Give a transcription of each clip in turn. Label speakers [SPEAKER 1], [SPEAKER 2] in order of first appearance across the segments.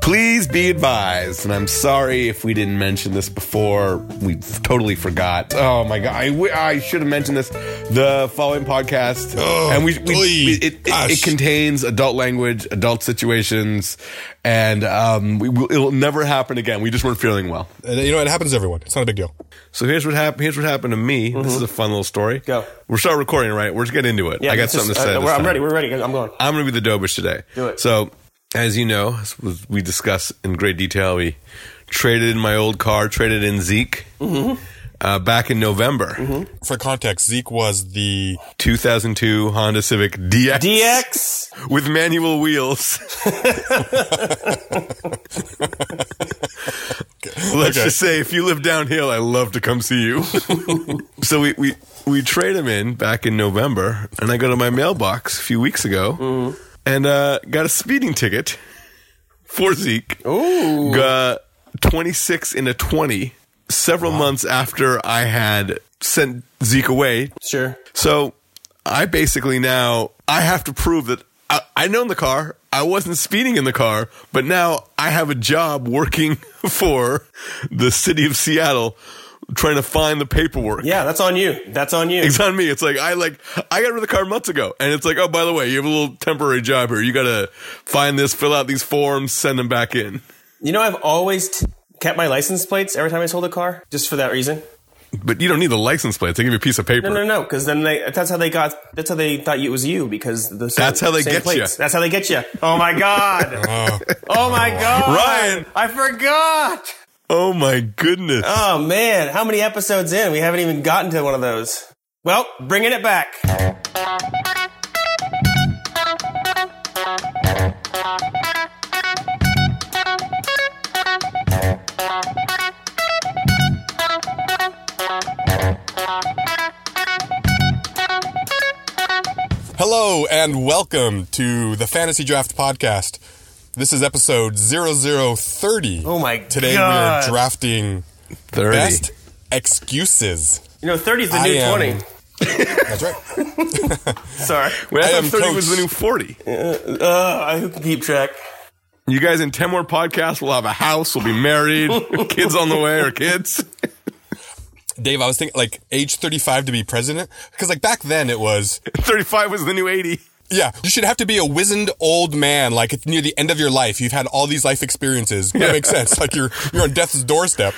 [SPEAKER 1] Please be advised, and I'm sorry if we didn't mention this before. We totally forgot. Oh my god, I, w- I should have mentioned this. The following podcast,
[SPEAKER 2] Oh,
[SPEAKER 1] and we, we,
[SPEAKER 2] oy,
[SPEAKER 1] we- it, it, it
[SPEAKER 2] gosh.
[SPEAKER 1] contains adult language, adult situations, and um, we will, it'll never happen again. We just weren't feeling well.
[SPEAKER 2] And, you know, it happens to everyone. It's not a big deal.
[SPEAKER 1] So here's what happened. Here's what happened to me. This is a fun little story.
[SPEAKER 3] Go.
[SPEAKER 1] We're starting recording, right? We're just getting into it. I got
[SPEAKER 3] this is-
[SPEAKER 1] something to say.
[SPEAKER 3] uh,
[SPEAKER 1] this
[SPEAKER 3] we're- I'm
[SPEAKER 1] time.
[SPEAKER 3] ready. We're ready. I'm going.
[SPEAKER 1] I'm going to be the dobish today.
[SPEAKER 3] Do it.
[SPEAKER 1] So, as you know, as was- we discuss in great detail. We traded in my old car, traded in Zeke
[SPEAKER 3] Mm-hmm.
[SPEAKER 1] uh, back in November,
[SPEAKER 2] For context, Zeke was the
[SPEAKER 1] 2002 Honda Civic DX
[SPEAKER 3] DX.
[SPEAKER 1] with manual wheels. Let's
[SPEAKER 2] Okay.
[SPEAKER 1] just say, if you live downhill, I love to come see you. so we, we we trade him in back in November, and I go to my mailbox a few weeks ago, and uh, got a speeding ticket for Zeke. Ooh, got twenty six in a twenty. Several months after I had sent Zeke away
[SPEAKER 3] Sure.
[SPEAKER 1] so I basically now I have to prove that I, I know in the car. I wasn't speeding in the car, but now I have a job working for the city of Seattle trying to find the paperwork.
[SPEAKER 3] Yeah, that's on you. That's on you.
[SPEAKER 1] It's on me. It's like I like I got rid of the car months ago, and it's like, oh, by the way, you have a little temporary job here. You got to find this, fill out these forms, send them back in.
[SPEAKER 3] You know, I've always t- kept my license plates every time I sold a car, just for that reason.
[SPEAKER 1] But you don't need the license plate. They give you a piece of paper.
[SPEAKER 3] No, no, no, because then they, that's how they got. That's how they thought it was you because the same,
[SPEAKER 1] That's how they
[SPEAKER 3] same
[SPEAKER 1] get ya.
[SPEAKER 3] plates. That's how they get you. Oh my god.
[SPEAKER 2] uh,
[SPEAKER 3] oh my god.
[SPEAKER 1] Ryan!
[SPEAKER 3] I forgot.
[SPEAKER 1] Oh my goodness.
[SPEAKER 3] Oh man, how many episodes in? We haven't even gotten to one of those. Well, bringing it back.
[SPEAKER 2] Hello and welcome to the Fantasy Draft Podcast. This is episode 0030.
[SPEAKER 3] Oh my
[SPEAKER 2] Today
[SPEAKER 3] God.
[SPEAKER 2] we are drafting
[SPEAKER 1] 30.
[SPEAKER 2] best excuses.
[SPEAKER 3] You know, 30 is the
[SPEAKER 2] I
[SPEAKER 3] new
[SPEAKER 2] am-
[SPEAKER 3] 20.
[SPEAKER 2] That's right.
[SPEAKER 3] Sorry.
[SPEAKER 1] Wait, I,
[SPEAKER 2] I
[SPEAKER 1] thought
[SPEAKER 2] am
[SPEAKER 1] 30 was
[SPEAKER 2] Coach.
[SPEAKER 1] the new 40.
[SPEAKER 3] Uh, who can keep track?
[SPEAKER 1] You guys in 10 more podcasts will have a house, we'll be married, kids on the way, or kids.
[SPEAKER 2] Dave, I was thinking like age 35 to be president because like back then it was
[SPEAKER 1] 35 was the new 80.
[SPEAKER 2] Yeah, you should have to be a wizened old man, like it's near the end of your life. You've had all these life experiences. That makes sense. Like you're you're on death's doorstep.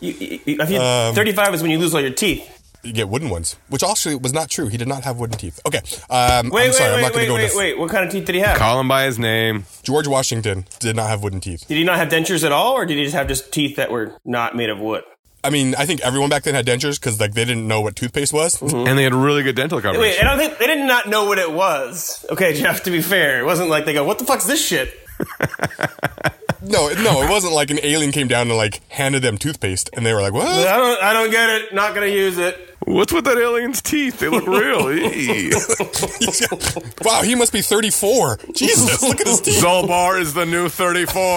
[SPEAKER 3] You, you, you- if you-
[SPEAKER 2] Um,
[SPEAKER 3] 35 is when you lose all your teeth.
[SPEAKER 2] You get wooden ones, which actually was not true. He did not have wooden teeth. Okay, um, I'm
[SPEAKER 3] Wait, wait,
[SPEAKER 2] sorry,
[SPEAKER 3] wait,
[SPEAKER 2] I'm not going
[SPEAKER 3] wait,
[SPEAKER 2] to go
[SPEAKER 3] wait,
[SPEAKER 2] into.
[SPEAKER 3] wait. What kind of teeth did he have?
[SPEAKER 1] Call him by his name.
[SPEAKER 2] George Washington did not have wooden teeth.
[SPEAKER 3] Did he not have dentures at all, or did he just have just teeth that were not made of wood?
[SPEAKER 2] I mean, I think everyone back then had dentures because like they didn't know what toothpaste was.
[SPEAKER 1] And they had really good dental coverage.
[SPEAKER 3] Wait, I don't think they did not know what it was. Okay, Jeff. To be fair, it wasn't like they go, "What the fuck's this shit?"
[SPEAKER 2] no, no, it wasn't like an alien came down and like handed them toothpaste and they were like, what?
[SPEAKER 3] I don't, I don't get it. Not gonna use it.
[SPEAKER 1] What's with that alien's teeth? They look real. Eee.
[SPEAKER 2] wow, he must be 34. Jesus, look at his teeth.
[SPEAKER 1] Zolbar is the new 34.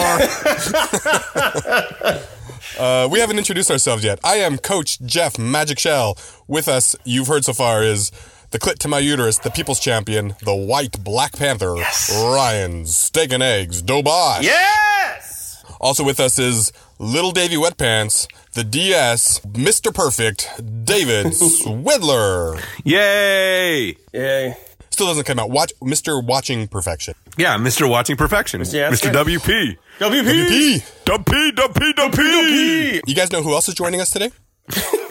[SPEAKER 2] Uh, we haven't introduced ourselves yet. I am Coach Jeff Magic Shell. With us, you've heard so far, is the clit to my uterus, the people's champion, the white Black Panther, Ryan Steak and Eggs, Dobosh.
[SPEAKER 3] Yes.
[SPEAKER 2] Also with us is Little Davy Wet Pants, the DS, Mr. Perfect, David Swidler.
[SPEAKER 1] Yay!
[SPEAKER 3] Yeah.
[SPEAKER 2] Still doesn't come out. Watch Mr. Watching Perfection.
[SPEAKER 1] Yeah, Mr. Watching Perfection.
[SPEAKER 3] Yeah, that's
[SPEAKER 1] Mr.
[SPEAKER 3] good.
[SPEAKER 1] WP.
[SPEAKER 3] WP.
[SPEAKER 2] P.
[SPEAKER 1] WP, WP, WP.
[SPEAKER 2] You guys know who else is joining us today?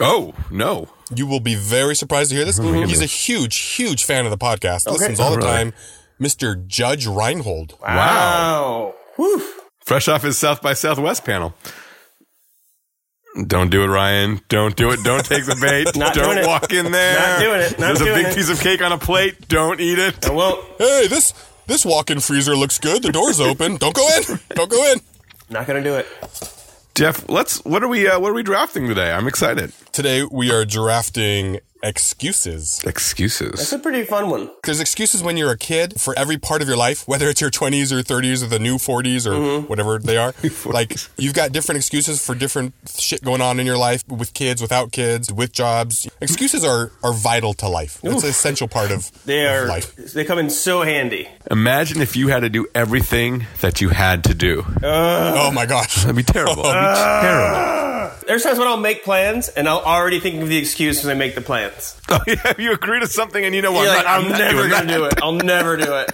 [SPEAKER 1] Oh, no.
[SPEAKER 2] You will be very surprised to hear this. He's a huge, huge fan of the podcast. Listens all the
[SPEAKER 1] Really?
[SPEAKER 2] time. Mr. Judge Reinhold.
[SPEAKER 1] Wow.
[SPEAKER 3] Wow. Whew.
[SPEAKER 1] Fresh off his South by Southwest panel. Don't do it, Ryan. Don't do it. Don't take the bait.
[SPEAKER 3] Not
[SPEAKER 1] Don't
[SPEAKER 3] doing it.
[SPEAKER 1] walk in there.
[SPEAKER 3] Not doing it. Not
[SPEAKER 1] There's a
[SPEAKER 3] doing
[SPEAKER 1] big
[SPEAKER 3] it.
[SPEAKER 1] piece of cake on a plate. Don't eat it.
[SPEAKER 3] Well,
[SPEAKER 2] Hey, this this walk-in freezer looks good. The door's open. Don't go in. Don't go in.
[SPEAKER 3] not gonna do it.
[SPEAKER 1] Jeff, let's. What are we? Uh, what are we drafting today? I'm excited.
[SPEAKER 2] Today we are drafting excuses.
[SPEAKER 1] Excuses.
[SPEAKER 3] It's a pretty fun one.
[SPEAKER 2] There's excuses when you're a kid for every part of your life, whether it's your 20s or 30s or the new 40s or
[SPEAKER 3] Mm-hmm.
[SPEAKER 2] whatever they are. like, you've got different excuses for different shit going on in your life with kids, without kids, with jobs. Excuses are, are vital to life. It's an essential part of,
[SPEAKER 3] They
[SPEAKER 2] of
[SPEAKER 3] are
[SPEAKER 2] life.
[SPEAKER 3] they come in so handy.
[SPEAKER 1] Imagine if you had to do everything that you had to do.
[SPEAKER 2] Oh my gosh.
[SPEAKER 1] That'd be terrible. That'd be terrible.
[SPEAKER 3] There's times when I'll make plans and I'll already think of the excuse when I make the plans.
[SPEAKER 1] Oh, yeah, you agree to something and you know what?
[SPEAKER 3] You're
[SPEAKER 1] I'm,
[SPEAKER 3] like,
[SPEAKER 1] not,
[SPEAKER 3] I'm, never gonna do it. I'll never do it.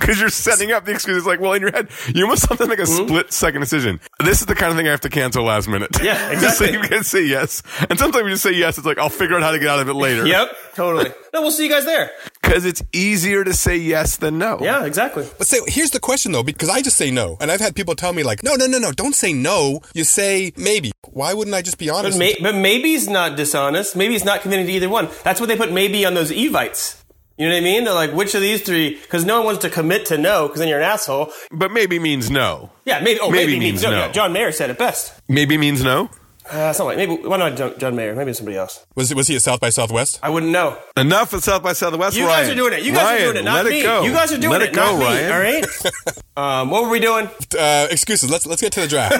[SPEAKER 1] Because you're setting up the excuse. It's like, well, in your head, you almost have to make a
[SPEAKER 3] Hmm?
[SPEAKER 1] split second decision. This is the kind of thing I have to cancel last minute.
[SPEAKER 3] Yeah,
[SPEAKER 1] Just so
[SPEAKER 3] exactly.
[SPEAKER 1] you can say yes. And sometimes you just say yes. It's like, I'll figure out how to get out of it later.
[SPEAKER 3] Yep, totally. No, we'll see you guys there.
[SPEAKER 1] Because it's easier to say yes than no.
[SPEAKER 3] Yeah, exactly.
[SPEAKER 2] But say, here's the question though, because I just say no. And I've had people tell me, like, no, no, no, no, don't say no. You say maybe. Why wouldn't I just be
[SPEAKER 3] But,
[SPEAKER 2] honest?
[SPEAKER 3] may, but maybe's not dishonest. Maybe's not committed to either one. That's what they put maybe on those evites. You know what I mean? They're like, which of these three? Because no one wants to commit to no, because then you're an asshole.
[SPEAKER 1] But maybe means no.
[SPEAKER 3] Yeah, maybe. Oh, maybe,
[SPEAKER 1] Maybe means
[SPEAKER 3] means no.
[SPEAKER 1] no.
[SPEAKER 3] Yeah, John Mayer said it best.
[SPEAKER 1] Maybe means no.
[SPEAKER 3] Uh, it's not like maybe. Why not John, John Mayer? Maybe it's somebody else.
[SPEAKER 2] was, was he at South by Southwest?
[SPEAKER 3] I wouldn't know.
[SPEAKER 1] Enough of South by Southwest.
[SPEAKER 3] You
[SPEAKER 1] Ryan.
[SPEAKER 3] guys are doing it. You guys
[SPEAKER 1] Ryan,
[SPEAKER 3] are doing it. Not
[SPEAKER 1] let
[SPEAKER 3] me.
[SPEAKER 1] It go.
[SPEAKER 3] You guys are doing
[SPEAKER 1] let
[SPEAKER 3] it.
[SPEAKER 1] it. go,
[SPEAKER 3] not
[SPEAKER 1] Ryan.
[SPEAKER 3] me. All right. um, what were we doing?
[SPEAKER 2] Uh, excuses. Let's, let's get to the draft.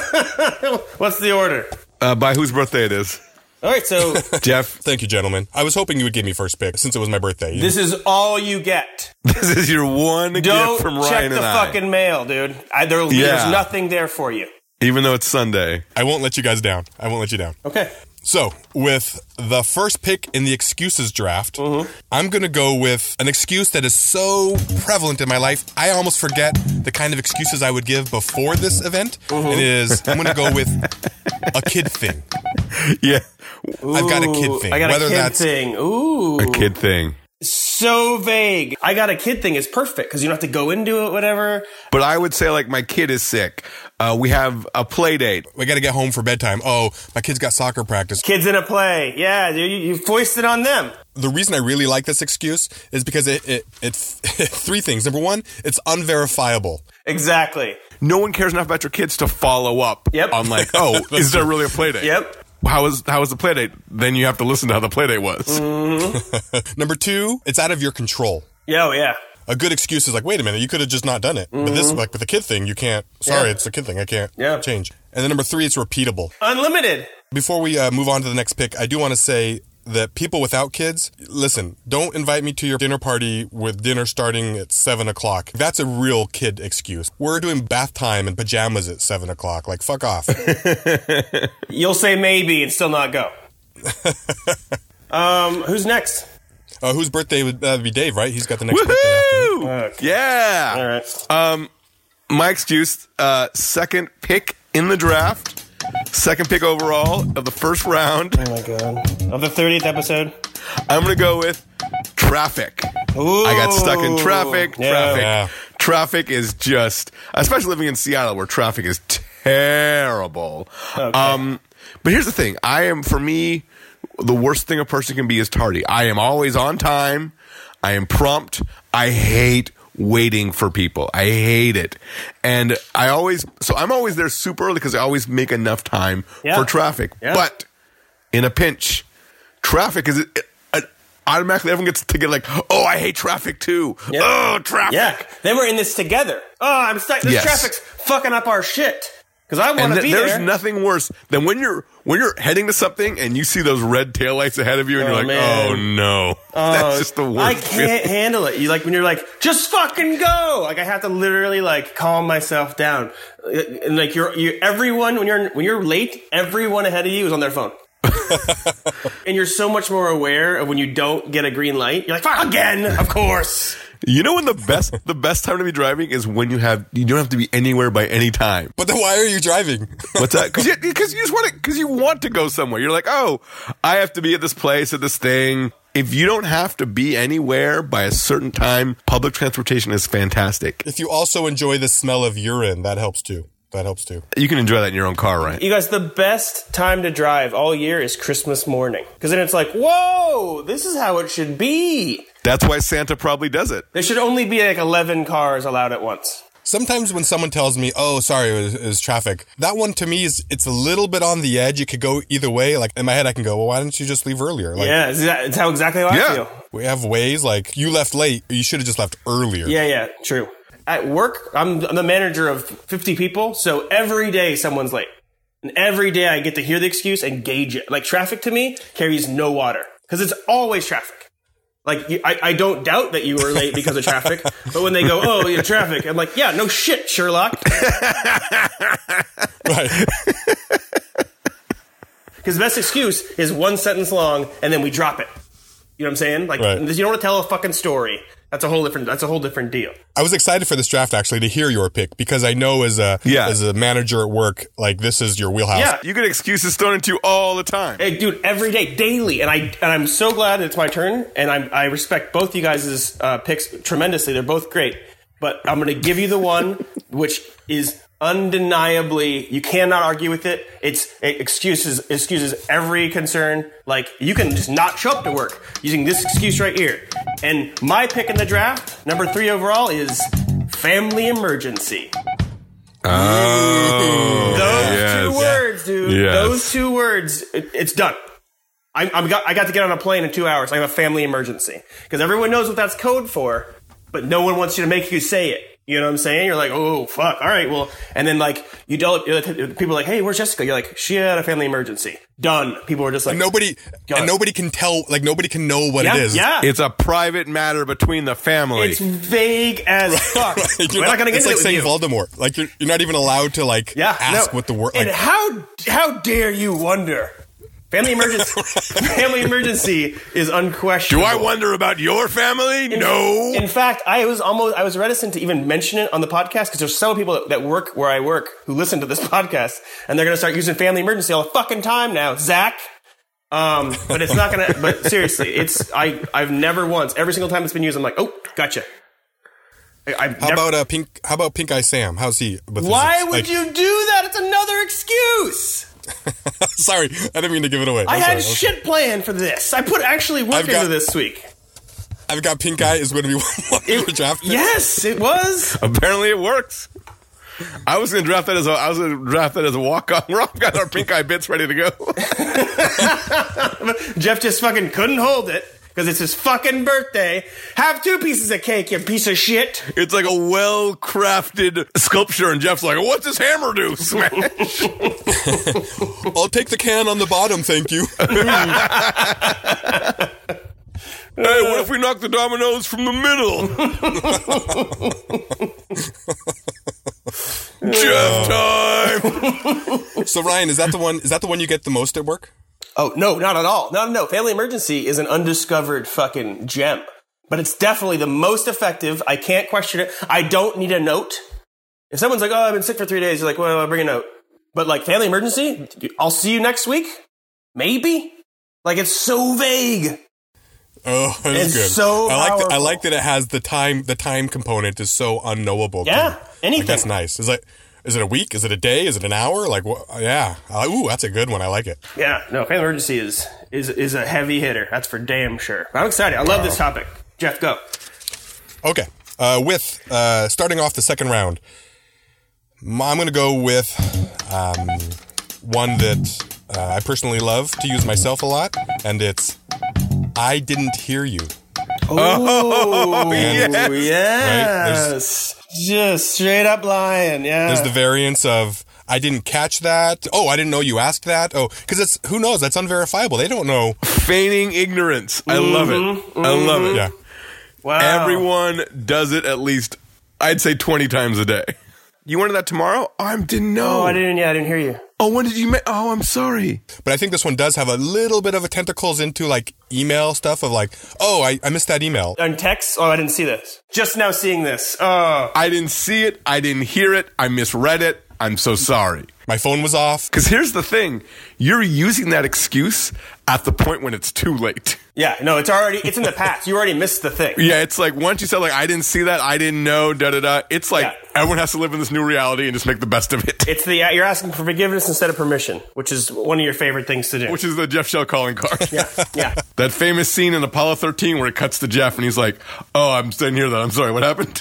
[SPEAKER 3] What's the order?
[SPEAKER 1] Uh, by whose birthday it is?
[SPEAKER 3] All right. So
[SPEAKER 1] Jeff,
[SPEAKER 2] Thank you, gentlemen. I was hoping you would give me first pick since it was my birthday.
[SPEAKER 3] this is all you get.
[SPEAKER 1] this is your one
[SPEAKER 3] Don't
[SPEAKER 1] gift from
[SPEAKER 3] check
[SPEAKER 1] Ryan
[SPEAKER 3] the
[SPEAKER 1] and I.
[SPEAKER 3] fucking mail, dude. I, there,
[SPEAKER 1] Yeah.
[SPEAKER 3] There's nothing there for you.
[SPEAKER 1] Even though it's Sunday.
[SPEAKER 2] I won't let you guys down. I won't let you down.
[SPEAKER 3] Okay.
[SPEAKER 2] So, with the first pick in the excuses draft,
[SPEAKER 3] Mm-hmm.
[SPEAKER 2] I'm going to go with an excuse that is so prevalent in my life. I almost forget the kind of excuses I would give before this event.
[SPEAKER 3] Mm-hmm.
[SPEAKER 2] And it is, I'm going to go with a kid thing.
[SPEAKER 1] Yeah.
[SPEAKER 2] I've got a kid
[SPEAKER 3] Ooh,
[SPEAKER 2] thing.
[SPEAKER 3] I got
[SPEAKER 2] Whether
[SPEAKER 3] a kid
[SPEAKER 2] that's
[SPEAKER 3] thing. Ooh,
[SPEAKER 1] Kid thing.
[SPEAKER 3] so vague. I got a kid thing is perfect because you don't have to go into it. Whatever.
[SPEAKER 1] But I would say, like, my kid is sick. Uh, we have a play date.
[SPEAKER 2] we got to get home for bedtime. Oh, my kid's got soccer practice.
[SPEAKER 3] Kids in a play. Yeah, you, you foist it on them.
[SPEAKER 2] the reason I really like this excuse is because it, it, it three things. Number one, it's unverifiable.
[SPEAKER 3] Exactly.
[SPEAKER 1] No one cares enough about your kids to follow up
[SPEAKER 3] Yep.
[SPEAKER 1] on, like, oh, is there really a play date?
[SPEAKER 3] Yep.
[SPEAKER 1] How was, how was the play date? Then you have to listen to how the play date was.
[SPEAKER 3] Mm.
[SPEAKER 2] Number two, it's out of your control.
[SPEAKER 3] Yo, yeah.
[SPEAKER 2] A good excuse is like, wait a minute, you could have just not done it. But this, like with the kid thing, you can't. Sorry,
[SPEAKER 3] Yeah.
[SPEAKER 2] it's a kid thing. I can't
[SPEAKER 3] Yeah.
[SPEAKER 2] change. And then number three, it's repeatable.
[SPEAKER 3] Unlimited.
[SPEAKER 2] Before we uh, move on to the next pick, I do want to say that people without kids, listen, don't invite me to your dinner party with dinner starting at seven o'clock. That's a real kid excuse. We're doing bath time and pajamas at seven o'clock. Like, fuck off.
[SPEAKER 3] You'll say maybe and still not go. um, who's next?
[SPEAKER 2] Uh, whose birthday would uh, be Dave, right? He's got the next birthday. After.
[SPEAKER 1] Woohoo! Yeah.
[SPEAKER 3] All right.
[SPEAKER 1] my excuse uh, second pick in the draft second pick overall of the first round
[SPEAKER 3] Oh my god. Of the 30th episode.
[SPEAKER 1] i'm gonna go with traffic
[SPEAKER 3] Ooh.
[SPEAKER 1] i got stuck in traffic
[SPEAKER 3] Yeah.
[SPEAKER 1] traffic
[SPEAKER 2] Yeah.
[SPEAKER 1] traffic is just especially living in seattle where traffic is terrible um, but here's the thing i am for me the worst thing a person can be is tardy i am always on time i am prompt i hate waiting for people. I hate it. And I always, so I'm always there super early because I always make enough time
[SPEAKER 3] Yeah.
[SPEAKER 1] for traffic.
[SPEAKER 3] Yeah.
[SPEAKER 1] But in a pinch, traffic is it, it, automatically everyone gets to get like, oh, I hate traffic too. Oh, traffic.
[SPEAKER 3] Yeah. They were in this together. Oh, I'm stuck. This
[SPEAKER 1] Yes.
[SPEAKER 3] traffic's fucking up our shit. Because I want
[SPEAKER 1] And
[SPEAKER 3] to
[SPEAKER 1] th-
[SPEAKER 3] be
[SPEAKER 1] there's
[SPEAKER 3] there.
[SPEAKER 1] nothing worse than when you're when you're heading to something and you see those red taillights ahead of you and
[SPEAKER 3] Oh,
[SPEAKER 1] you're like,
[SPEAKER 3] man.
[SPEAKER 1] oh no, that's just the worst.
[SPEAKER 3] I
[SPEAKER 1] feeling.
[SPEAKER 3] can't handle it. You like when you're like, just fucking go. Like I have to literally like calm myself down. Uh, And like you're, you everyone when you're when you're late, everyone ahead of you is on their phone. and you're so much more aware of when you don't get a green light. You're like, fuck again, of course.
[SPEAKER 1] You know when the best the best time to be driving is when you have you don't have to be anywhere by any time.
[SPEAKER 2] But then why are you driving?
[SPEAKER 1] What's that? Because you, 'cause you just want to. Because you want to go somewhere. You're like, oh, I have to be at this place at this thing. If you don't have to be anywhere by a certain time, public transportation is fantastic.
[SPEAKER 2] if you also enjoy the smell of urine, that helps too. That helps too.
[SPEAKER 1] You can enjoy that in your own car, right?
[SPEAKER 3] You guys, the best time to drive all year is Christmas morning. Because then it's like, whoa, this is how it should be.
[SPEAKER 1] That's why Santa probably does it.
[SPEAKER 3] There should only be like 11 cars allowed at once.
[SPEAKER 2] Sometimes when someone tells me, "Oh, sorry, it was, it was traffic," that one to me is it's a little bit on the edge. It could go either way. Like in my head, I can go, "Well, why didn't you just leave earlier?" Like
[SPEAKER 3] Yeah, it's, that- it's how exactly how
[SPEAKER 1] Yeah.
[SPEAKER 3] I feel.
[SPEAKER 2] we have ways. Like you left late. You should have just left earlier.
[SPEAKER 3] Yeah, yeah, true. At work, I'm, I'm the manager of 50 people, so every day someone's late. And every day I get to hear the excuse and gauge it. Like traffic to me carries no water because it's always traffic. Like you, I, I don't doubt that you were late because of traffic, but when they go, oh, yeah, traffic, I'm like, yeah, no shit, Sherlock.
[SPEAKER 2] Right.
[SPEAKER 3] His best excuse is one sentence long, and then we drop it. You know what I'm saying? Like
[SPEAKER 2] Right.
[SPEAKER 3] you don't want to tell a fucking story. That's a whole different. That's a whole different deal.
[SPEAKER 2] I was excited for this draft actually to hear your pick because I know as a
[SPEAKER 1] Yeah.
[SPEAKER 2] as a manager at work, like this is your wheelhouse.
[SPEAKER 3] Yeah.
[SPEAKER 1] You get excuses thrown into you all the time.
[SPEAKER 3] Hey, dude, every day, daily, and I and I'm so glad it's my turn, and I'm, I respect both you guys' uh, picks tremendously. They're both great, but I'm going to give you the one which is undeniably you cannot argue with it. It's it excuses excuses every concern. Like you can just not show up to work using this excuse right here. And my pick in the draft, number three overall, is family emergency.
[SPEAKER 1] Uh,
[SPEAKER 3] Those two words, dude.
[SPEAKER 1] Yes.
[SPEAKER 3] Those two words. It, it's done. I, I'm got, I got to get on a plane in two hours. I have a family emergency because everyone knows what that's code for, but no one wants you to make you say it. You know what I'm saying? You're like, oh fuck, all right, well, and then like you don't. you're like- People are like, hey, where's Jessica? You're like, she had a family emergency. Done. People are just like,
[SPEAKER 2] Nobody
[SPEAKER 3] it.
[SPEAKER 2] and nobody can tell like nobody can know what
[SPEAKER 3] yeah,
[SPEAKER 2] it is.
[SPEAKER 3] yeah.
[SPEAKER 1] It's a private matter between the family.
[SPEAKER 3] It's vague as fuck.
[SPEAKER 2] Like,
[SPEAKER 3] We're
[SPEAKER 2] you're
[SPEAKER 3] not, gonna get
[SPEAKER 2] it's
[SPEAKER 3] into
[SPEAKER 2] like
[SPEAKER 3] it with
[SPEAKER 2] saying
[SPEAKER 3] you.
[SPEAKER 2] Voldemort. Like you're, you're not even allowed to like
[SPEAKER 3] Yeah.
[SPEAKER 2] ask
[SPEAKER 3] no.
[SPEAKER 2] what the word
[SPEAKER 3] And
[SPEAKER 2] like
[SPEAKER 3] how how dare you wonder? Family emergency. family emergency is
[SPEAKER 1] Do
[SPEAKER 3] unquestionable.
[SPEAKER 1] I wonder about your family? No.
[SPEAKER 3] In fact, I was almost I was reticent to even mention it on the podcast because there's so many people that, that work where I work who listen to this podcast, and they're gonna start using family emergency all the fucking time now, Zach. Um, but it's not gonna. but seriously, it's I I've never once every single time it's been used, I'm like, oh, gotcha. I, I've
[SPEAKER 2] how
[SPEAKER 3] never,
[SPEAKER 2] about uh, pink how about pink eye Sam? How's he with this?
[SPEAKER 3] why
[SPEAKER 2] It's
[SPEAKER 3] would
[SPEAKER 2] like-
[SPEAKER 3] you do that? It's another excuse.
[SPEAKER 2] Sorry, I didn't mean to give it away.
[SPEAKER 3] I
[SPEAKER 2] I'm
[SPEAKER 3] had
[SPEAKER 2] sorry.
[SPEAKER 3] shit planned for this. I put actually work
[SPEAKER 2] I've got-
[SPEAKER 3] into this week.
[SPEAKER 2] I've got pink eye is going to be one of your draft. picks.
[SPEAKER 3] Yes, it was.
[SPEAKER 1] Apparently, it works. I was gonna draft that as a I was gonna draft that as a walk on. We're all got our pink eye bits ready to go.
[SPEAKER 3] Jeff just fucking couldn't hold it because it's his fucking birthday. Have two pieces of cake, you piece of shit.
[SPEAKER 1] It's like a well crafted sculpture, and Jeff's like, "What's this hammer do?" Smash.
[SPEAKER 2] I'll take the can on the bottom, thank you.
[SPEAKER 1] Hey, what if we knock the dominoes from the middle? Jeff time.
[SPEAKER 2] so Ryan, is that the one is that the one you get the most at work?
[SPEAKER 3] Oh no, not at all. No, no, no. Family Emergency is an undiscovered fucking gem, but it's definitely the most effective. I can't question it. I don't need a note. If someone's like, "Oh, I've been sick for three days," you're like, "Well, I'll bring a note." But like Family Emergency, I'll see you next week, maybe. Like it's so vague.
[SPEAKER 2] Oh, that is
[SPEAKER 3] It's
[SPEAKER 2] good.
[SPEAKER 3] so
[SPEAKER 2] I like that, I
[SPEAKER 3] powerful.
[SPEAKER 2] like that it has the time the time component is so unknowable. too.
[SPEAKER 3] Yeah,
[SPEAKER 2] Like, that's
[SPEAKER 3] anything.
[SPEAKER 2] nice. Is like is it a week? Is it a day? Is it an hour? Like what yeah. I- ooh, that's a good one. I like it.
[SPEAKER 3] Yeah, no, Family Emergency is is is a heavy hitter. That's for damn sure. I'm excited. I love this topic. Jeff, go.
[SPEAKER 2] Okay. Uh, with uh, starting off the second round, m- I'm going to go with um, one that uh, I personally love to use myself a lot, and it's I didn't hear you.
[SPEAKER 3] Oh,
[SPEAKER 1] yes.
[SPEAKER 3] yes. Just straight up lying. Yeah.
[SPEAKER 2] There's the variance of I didn't catch that. Oh, I didn't know you asked that. Oh, because it's who knows? That's unverifiable. They don't know.
[SPEAKER 1] Feigning ignorance. I love it. I love it.
[SPEAKER 2] Yeah.
[SPEAKER 3] wow.
[SPEAKER 1] Everyone does it at least, I'd say, 20 times a day. You wanted that tomorrow? I didn't know.
[SPEAKER 3] Oh, I didn't. Yeah, I didn't hear you.
[SPEAKER 1] Oh, when did you make? Oh, I'm sorry.
[SPEAKER 2] But I think this one does have a little bit of a tentacles into like email stuff of like, oh, I, I missed that email.
[SPEAKER 3] On text. Oh, I didn't see this. Just now seeing this. Oh,
[SPEAKER 1] I didn't see it. I didn't hear it. I misread it. I'm so sorry.
[SPEAKER 2] My phone was off.
[SPEAKER 1] Because here's the thing you're using that excuse at the point when it's too late.
[SPEAKER 3] yeah. No, it's already. It's in the past. You already missed the thing.
[SPEAKER 1] Yeah, it's like once you said, like, I didn't see that, I didn't know, da da da. It's like
[SPEAKER 3] Yeah.
[SPEAKER 1] everyone has to live in this new reality and just make the best of it,
[SPEAKER 3] It's the uh, you're asking for forgiveness instead of permission, which is one of your favorite things to do.
[SPEAKER 1] which is the Jeff Shell calling card.
[SPEAKER 3] yeah.
[SPEAKER 1] That famous scene in Apollo 13 where it cuts to Jeff and he's like, "Oh, I'm sitting here. That I'm sorry. What happened?"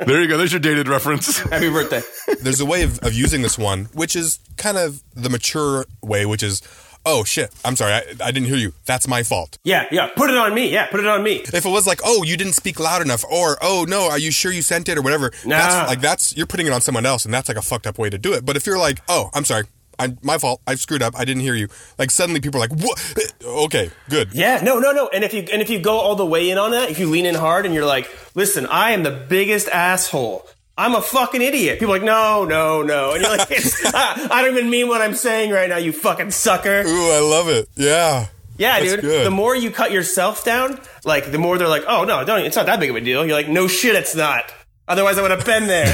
[SPEAKER 1] there you go. There's your dated reference.
[SPEAKER 3] Happy birthday.
[SPEAKER 2] There's a way of, of using this one, which is kind of the mature way, which is, oh shit, I'm sorry, I, I didn't hear you. That's my fault.
[SPEAKER 3] Yeah, yeah. Put it on me. Yeah, put it on me.
[SPEAKER 2] If it was like, oh, you didn't speak loud enough, or oh no, are you sure you sent it, or whatever,
[SPEAKER 3] Nah.
[SPEAKER 2] that's like that's you're putting it on someone else, and that's like a fucked up way to do it. But if you're like, oh, I'm sorry, I'm my fault, I screwed up, I didn't hear you, like suddenly people are like, what? Okay, good.
[SPEAKER 3] Yeah, no, no, no. And if you and if you go all the way in on that, if you lean in hard and you're like, "Listen, I am the biggest asshole. I'm a fucking idiot." People are like, "No, no, no," and you're like, it's, I, "I don't even mean what I'm saying right now, you fucking sucker."
[SPEAKER 2] Ooh, I love it. Yeah.
[SPEAKER 3] Yeah,
[SPEAKER 2] That's
[SPEAKER 3] dude.
[SPEAKER 2] good.
[SPEAKER 3] The more you cut yourself down, like the more they're like, "Oh no, don't. It's not that big of a deal." You're like, "No shit, it's not." Otherwise, I would have been there.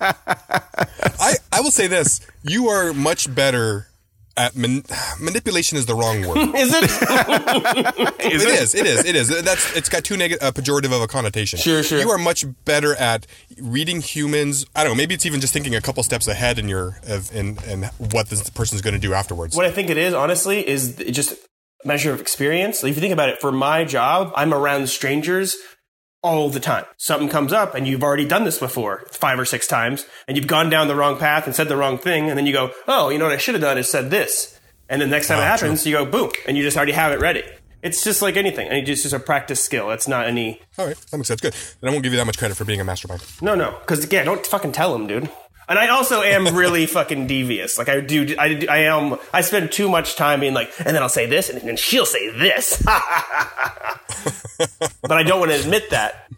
[SPEAKER 2] I, I will say this. You are much better at man, manipulation is the wrong word.
[SPEAKER 3] Is it?
[SPEAKER 2] it is. It is. It is. That's it's got too neg- uh, pejorative of a connotation.
[SPEAKER 3] Sure, sure.
[SPEAKER 2] You are much better at reading humans. I don't know. Maybe it's even just thinking a couple steps ahead in your of, in and what this person's going to do afterwards.
[SPEAKER 3] what I think it is, honestly, is th- just a measure of experience. Like, if you think about it, for my job, I'm around strangers all the time. Something comes up, and you've already done this before five or six times, and you've gone down the wrong path and said the wrong thing, and then you go, "Oh, you know what I should have done is said this." And the next time it happens, you go, "Boom!" and you just already have it ready. It's just like anything, and it's just a practice skill. It's not any
[SPEAKER 2] All right, that makes sense. Good. Then I won't give you that much credit for being a mastermind.
[SPEAKER 3] no, no, because again, don't fucking tell him, dude. And I also am really fucking devious. Like I do, I, do- I am. I spend too much time being like, and then I'll say this, and then she'll say this. but I don't want to admit that.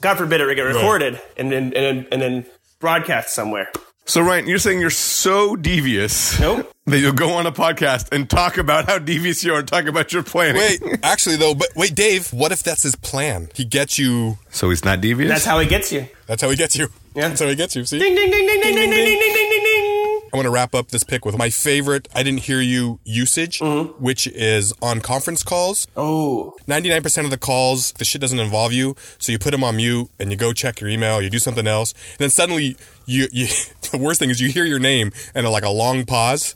[SPEAKER 3] God forbid it get recorded and then and then, and then broadcast somewhere.
[SPEAKER 1] So Ryan, you're saying you're so devious
[SPEAKER 3] Nope.
[SPEAKER 1] that you'll go on a podcast and talk about how devious you are, and talk about your planning.
[SPEAKER 2] Wait, actually though, but wait, Dave. What if that's his plan? He gets you.
[SPEAKER 1] So he's not devious.
[SPEAKER 3] That's how it gets you.
[SPEAKER 2] That's how he gets you.
[SPEAKER 3] Yeah.
[SPEAKER 2] That's how he gets you. See.
[SPEAKER 3] Ding ding ding ding ding ding ding ding ding ding ding.
[SPEAKER 2] I want to wrap up this pick with my favorite I didn't hear you usage,
[SPEAKER 3] Mm-hmm.
[SPEAKER 2] which is on conference calls.
[SPEAKER 3] Oh,
[SPEAKER 2] 99% of the calls, the shit doesn't involve you. So you put them on mute and you go check your email, you do something else. And then suddenly you, you the worst thing is you hear your name and like a long pause.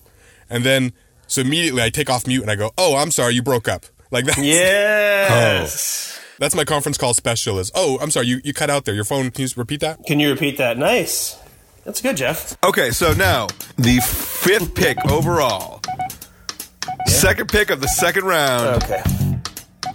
[SPEAKER 2] And then, so immediately I take off mute and I go, oh, I'm sorry, you broke up. Like that.
[SPEAKER 1] Oh.
[SPEAKER 3] yes.
[SPEAKER 2] That's my conference call special is, oh, I'm sorry, you, you cut out there. Your phone, can you just repeat that?
[SPEAKER 3] Can you repeat that? Nice. That's good, Jeff.
[SPEAKER 1] Okay, so now the fifth pick overall, second pick of the second round.
[SPEAKER 3] Okay.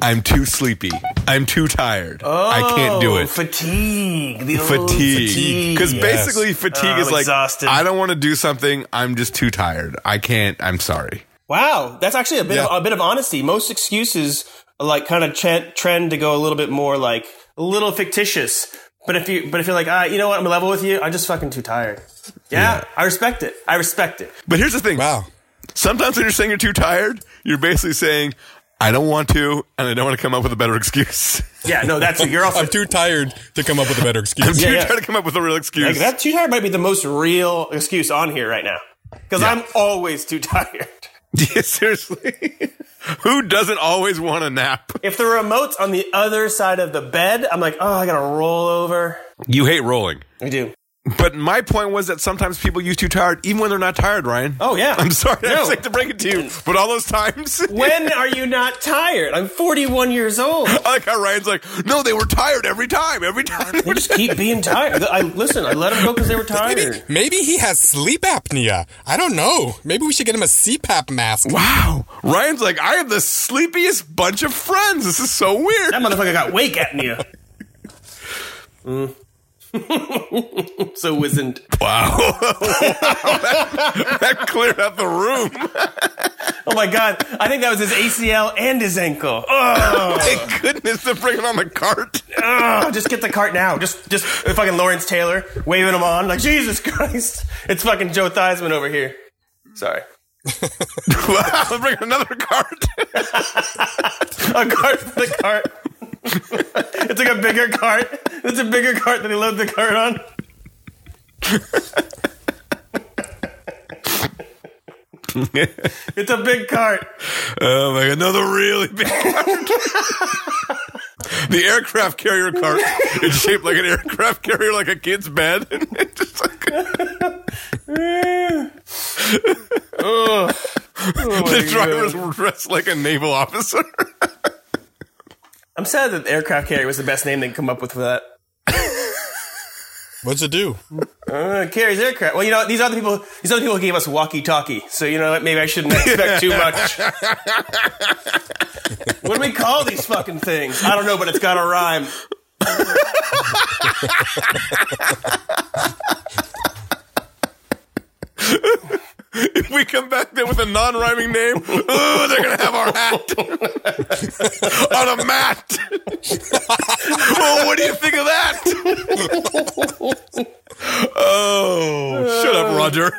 [SPEAKER 1] I'm too sleepy. I'm too tired. I can't do
[SPEAKER 3] Oh,
[SPEAKER 1] it.
[SPEAKER 3] Fatigue. The old
[SPEAKER 1] fatigue. Because
[SPEAKER 3] fatigue.
[SPEAKER 2] Yes.
[SPEAKER 1] basically, fatigue
[SPEAKER 3] Oh,
[SPEAKER 1] is
[SPEAKER 3] I'm
[SPEAKER 1] like
[SPEAKER 3] exhausted.
[SPEAKER 1] I don't want to do something. I'm just too tired. I can't. I'm sorry.
[SPEAKER 3] Wow, that's actually a bit
[SPEAKER 2] Yeah.
[SPEAKER 3] of, a bit of honesty. Most excuses like kind of ch- trend to go a little bit more like a little fictitious. But if you but if you're like, ah, you know what, I'm level with you. I'm just fucking too tired. Yeah, I respect it. I respect it.
[SPEAKER 1] But here's the thing.
[SPEAKER 2] Wow.
[SPEAKER 1] Sometimes when you're saying you're too tired, you're basically saying I don't want to, and I don't want to come up with a better excuse.
[SPEAKER 3] Yeah, no, that's you're also
[SPEAKER 2] I'm too tired to come up with a better excuse.
[SPEAKER 1] you're
[SPEAKER 3] yeah.
[SPEAKER 1] trying to come up with a real
[SPEAKER 3] like,
[SPEAKER 1] excuse.
[SPEAKER 3] that too tired might be the most real excuse on here right now because I'm always too tired.
[SPEAKER 1] Yeah, seriously. Who doesn't always want a nap?
[SPEAKER 3] If the remote's on the other side of the bed, I'm like, oh, I gotta roll over.
[SPEAKER 1] You hate rolling.
[SPEAKER 3] I do.
[SPEAKER 1] But my point was that sometimes people use too tired, even when they're not tired, Ryan.
[SPEAKER 3] Oh yeah.
[SPEAKER 1] I'm sorry. I
[SPEAKER 3] No.
[SPEAKER 1] just like to break it to you. But all those times.
[SPEAKER 3] when are you not tired? I'm 41 years old.
[SPEAKER 1] I like how Ryan's like, no, they were tired every time, every time.
[SPEAKER 3] They just keep being tired. I listen. I let them go because they were tired.
[SPEAKER 2] Maybe he has sleep apnea. I don't know. Maybe we should get him a CPAP mask.
[SPEAKER 1] wow. Ryan's like, I have the sleepiest bunch of friends. This is so weird.
[SPEAKER 3] That motherfucker got wake apnea. Mm. so wizened.
[SPEAKER 1] Wow. that, that cleared out the room.
[SPEAKER 3] Oh my god! I think that was his ACL and his ankle. Oh,
[SPEAKER 1] Thank goodness they're bringing on the cart.
[SPEAKER 3] oh, just get the cart now. Just, just fucking Lawrence Taylor waving him on like Jesus Christ. It's fucking Joe Theismann over here. Sorry,
[SPEAKER 1] wow, they're bringing another cart.
[SPEAKER 3] a cart, for the cart. it's like a bigger cart. It's a bigger cart than he loaded the cart on. It's a big cart.
[SPEAKER 1] oh my god, another really big cart. the aircraft carrier cart. It's shaped like an aircraft carrier, like a kid's bed. Just like- the driver's dressed like a naval officer.
[SPEAKER 3] I'm sad that aircraft carrier was the best name they could come up with for that.
[SPEAKER 2] What'd you do?
[SPEAKER 3] Uh, carries aircraft. Well, you know, these other people, these other people gave us walkie-talkie. So you know, what, maybe I shouldn't expect too much. what do we call these fucking things? I don't know, but it's got a rhyme.
[SPEAKER 1] if we come back there with a non-rhyming name, ooh, they're gonna have our hat on a mat. well, what do you think of that? oh, shut up, Roger.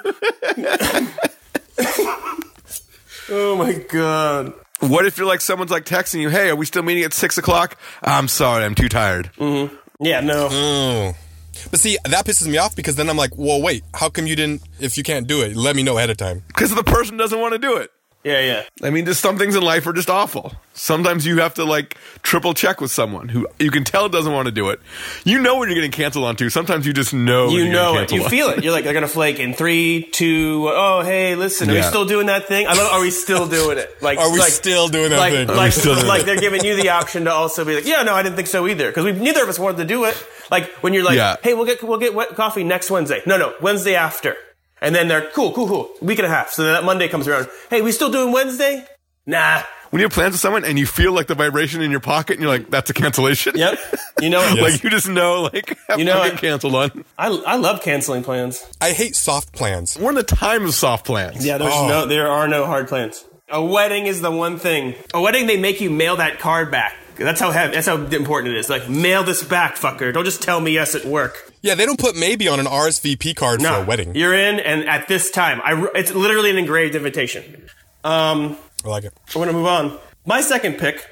[SPEAKER 3] Oh my god.
[SPEAKER 1] What if you're like someone's like texting you, "Hey, are we still meeting at six o'clock?" I'm sorry, I'm too tired.
[SPEAKER 3] Yeah, no.
[SPEAKER 2] But see, that pisses me off because then I'm like, well, wait, how come you didn't? If you can't do it, let me know ahead of time.
[SPEAKER 1] Because the person doesn't want to do it.
[SPEAKER 3] Yeah, yeah.
[SPEAKER 1] I mean, just some things in life are just awful. Sometimes you have to like triple check with someone who you can tell doesn't want to do it. You know when you're getting canceled on to. Sometimes you just know
[SPEAKER 3] You know it. You
[SPEAKER 1] feel.
[SPEAKER 3] feel it. You're like, they're gonna flake in three, two. Oh, hey, listen, are we
[SPEAKER 1] Yeah.
[SPEAKER 3] still doing that thing? I love. Are we still doing it? Like,
[SPEAKER 2] Are we
[SPEAKER 3] like,
[SPEAKER 2] still doing that
[SPEAKER 3] like,
[SPEAKER 2] thing?
[SPEAKER 3] like,
[SPEAKER 1] still doing
[SPEAKER 3] like
[SPEAKER 1] it?
[SPEAKER 3] they're giving you the option to also be like, yeah, no, I didn't think so either, because we neither of us wanted to do it. Like when you're like,
[SPEAKER 1] Yeah.
[SPEAKER 3] hey, we'll get we'll get wet coffee next Wednesday. No, no, Wednesday after. And then they're cool, cool, cool. Week and a half. So then that Monday comes around. Hey, we still doing Wednesday? Nah.
[SPEAKER 1] when you have plans with someone and you feel like the vibration in your pocket and you're like, that's a cancellation.
[SPEAKER 3] Yep. You know, it.
[SPEAKER 1] Like you just know, like you
[SPEAKER 3] know
[SPEAKER 1] know, get
[SPEAKER 3] what?
[SPEAKER 1] canceled on.
[SPEAKER 3] I I love canceling plans.
[SPEAKER 2] I hate soft plans.
[SPEAKER 1] We're in the time of soft plans.
[SPEAKER 3] Yeah, there's
[SPEAKER 2] Oh.
[SPEAKER 3] no, there are no hard plans. A wedding is the one thing. A wedding, they make you mail that card back. That's how heavy, that's how important it is. Like, mail this back, fucker. Don't just tell me yes at work.
[SPEAKER 2] Yeah, they don't put maybe on an RSVP card
[SPEAKER 3] No,
[SPEAKER 2] for a wedding.
[SPEAKER 3] You're in, and at this time, I, re- it's literally an engraved invitation. Um,
[SPEAKER 2] I like it.
[SPEAKER 3] we're gonna move on. My second pick.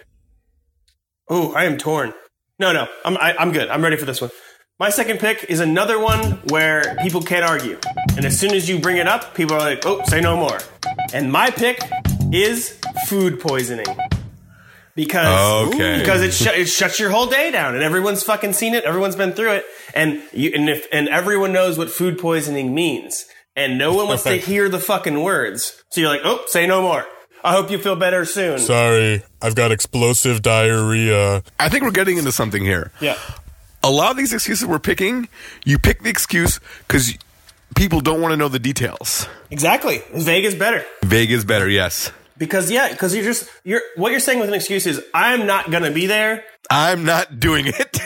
[SPEAKER 3] Oh, I am torn. No, no, I'm I, I'm good. I'm ready for this one. My second pick is another one where people can't argue, and as soon as you bring it up, people are like, "Oh, say no more." And my pick is food poisoning because
[SPEAKER 1] Okay.
[SPEAKER 3] because it, shut it shuts your whole day down, and everyone's fucking seen it. Everyone's been through it, and you and if and everyone knows what food poisoning means, and no one wants to
[SPEAKER 2] Perfect.
[SPEAKER 3] hear the fucking words. So you're like, "Oh, say no more." I hope you feel better soon.
[SPEAKER 2] Sorry, I've got explosive diarrhea.
[SPEAKER 1] I think we're getting into something here.
[SPEAKER 3] Yeah.
[SPEAKER 1] A lot of these excuses we're picking, you pick the excuse because people don't want to know the details.
[SPEAKER 3] Exactly. Vague is better.
[SPEAKER 1] Vague is better. Yes.
[SPEAKER 3] Because yeah, because you're just you're what you're saying with an excuse is I'm not gonna be there.
[SPEAKER 1] I'm not doing it.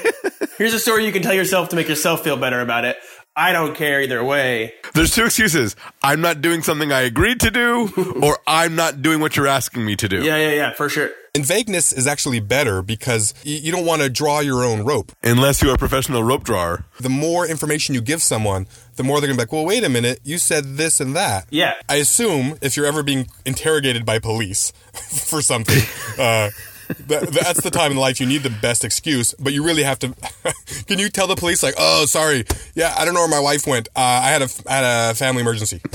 [SPEAKER 3] Here's a story you can tell yourself to make yourself feel better about it. I don't care either way.
[SPEAKER 1] There's two excuses. I'm not doing something I agreed to do, or I'm not doing what you're asking me to do.
[SPEAKER 3] Yeah, yeah, yeah, for sure.
[SPEAKER 2] And vagueness is actually better because y- you don't want to draw your own rope.
[SPEAKER 1] Unless you're a professional rope drawer.
[SPEAKER 2] The more information you give someone, the more they're going to be like, well, wait a minute, you said this and that.
[SPEAKER 3] Yeah.
[SPEAKER 2] I assume if you're ever being interrogated by police for something, uh, that, that's the time in life you need the best excuse, but you really have to. can you tell the police like, "Oh, sorry, yeah, I don't know where my wife went. Uh, I had a I had a family emergency."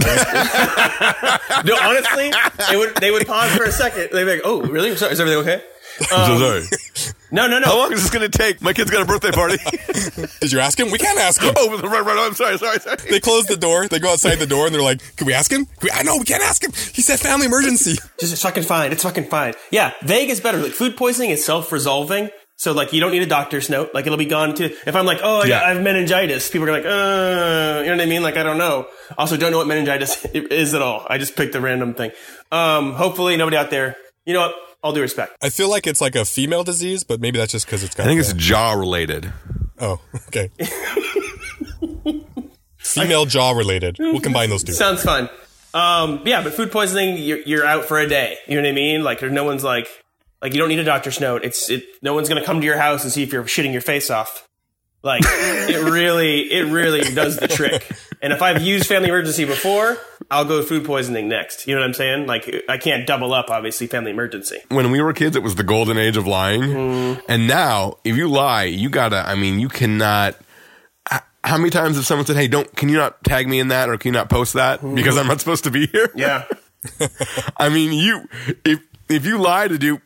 [SPEAKER 3] No, honestly, they would they would pause for a second. They'd be like, "Oh, really? Sorry, is everything okay?"
[SPEAKER 1] I'm so
[SPEAKER 3] Um.
[SPEAKER 1] sorry.
[SPEAKER 3] No, no,
[SPEAKER 1] How
[SPEAKER 3] no.
[SPEAKER 1] long is this going to take? My kid's got a birthday party.
[SPEAKER 2] Did you ask him? We can't ask him.
[SPEAKER 1] oh, right, right. I'm sorry, sorry, sorry.
[SPEAKER 2] They close the door. They go outside the door and they're like, "Can we ask him?" Can we, I know we can't ask him. He said family emergency.
[SPEAKER 3] Just it's fucking fine. It's fucking fine. Yeah, vague is better. Like food poisoning is self resolving. So like you don't need a doctor's note. Like it'll be gone too. If I'm like, oh, I,
[SPEAKER 1] Yeah.
[SPEAKER 3] I have meningitis, people are like, uh, you know what I mean? Like I don't know. Also, don't know what meningitis is at all. I just picked a random thing. Um, hopefully nobody out there. You know what? All due respect.
[SPEAKER 2] I feel like it's like a female disease, but maybe that's just because it's got.
[SPEAKER 1] I think it's jaw related.
[SPEAKER 2] oh, okay. female jaw related. We'll combine those two.
[SPEAKER 3] Sounds fun. Um, yeah, but food poisoning, you're, you're out for a day. You know what I mean? Like there's no one's like, like you don't need a doctor's note. It's it. No one's gonna come to your house and see if you're shitting your face off. Like it really, it really does the trick. And if I've used family emergency before, I'll go food poisoning next. You know what I'm saying? Like I can't double up, obviously, family emergency.
[SPEAKER 1] When we were kids, it was the golden age of lying. And now, if you lie, you gotta, I mean, you cannot. h- How many times have someone said, hey, don't, can you not tag me in that or can you not post that because I'm not supposed to be here?
[SPEAKER 3] Yeah.
[SPEAKER 1] I mean, you, if, if you lie to do,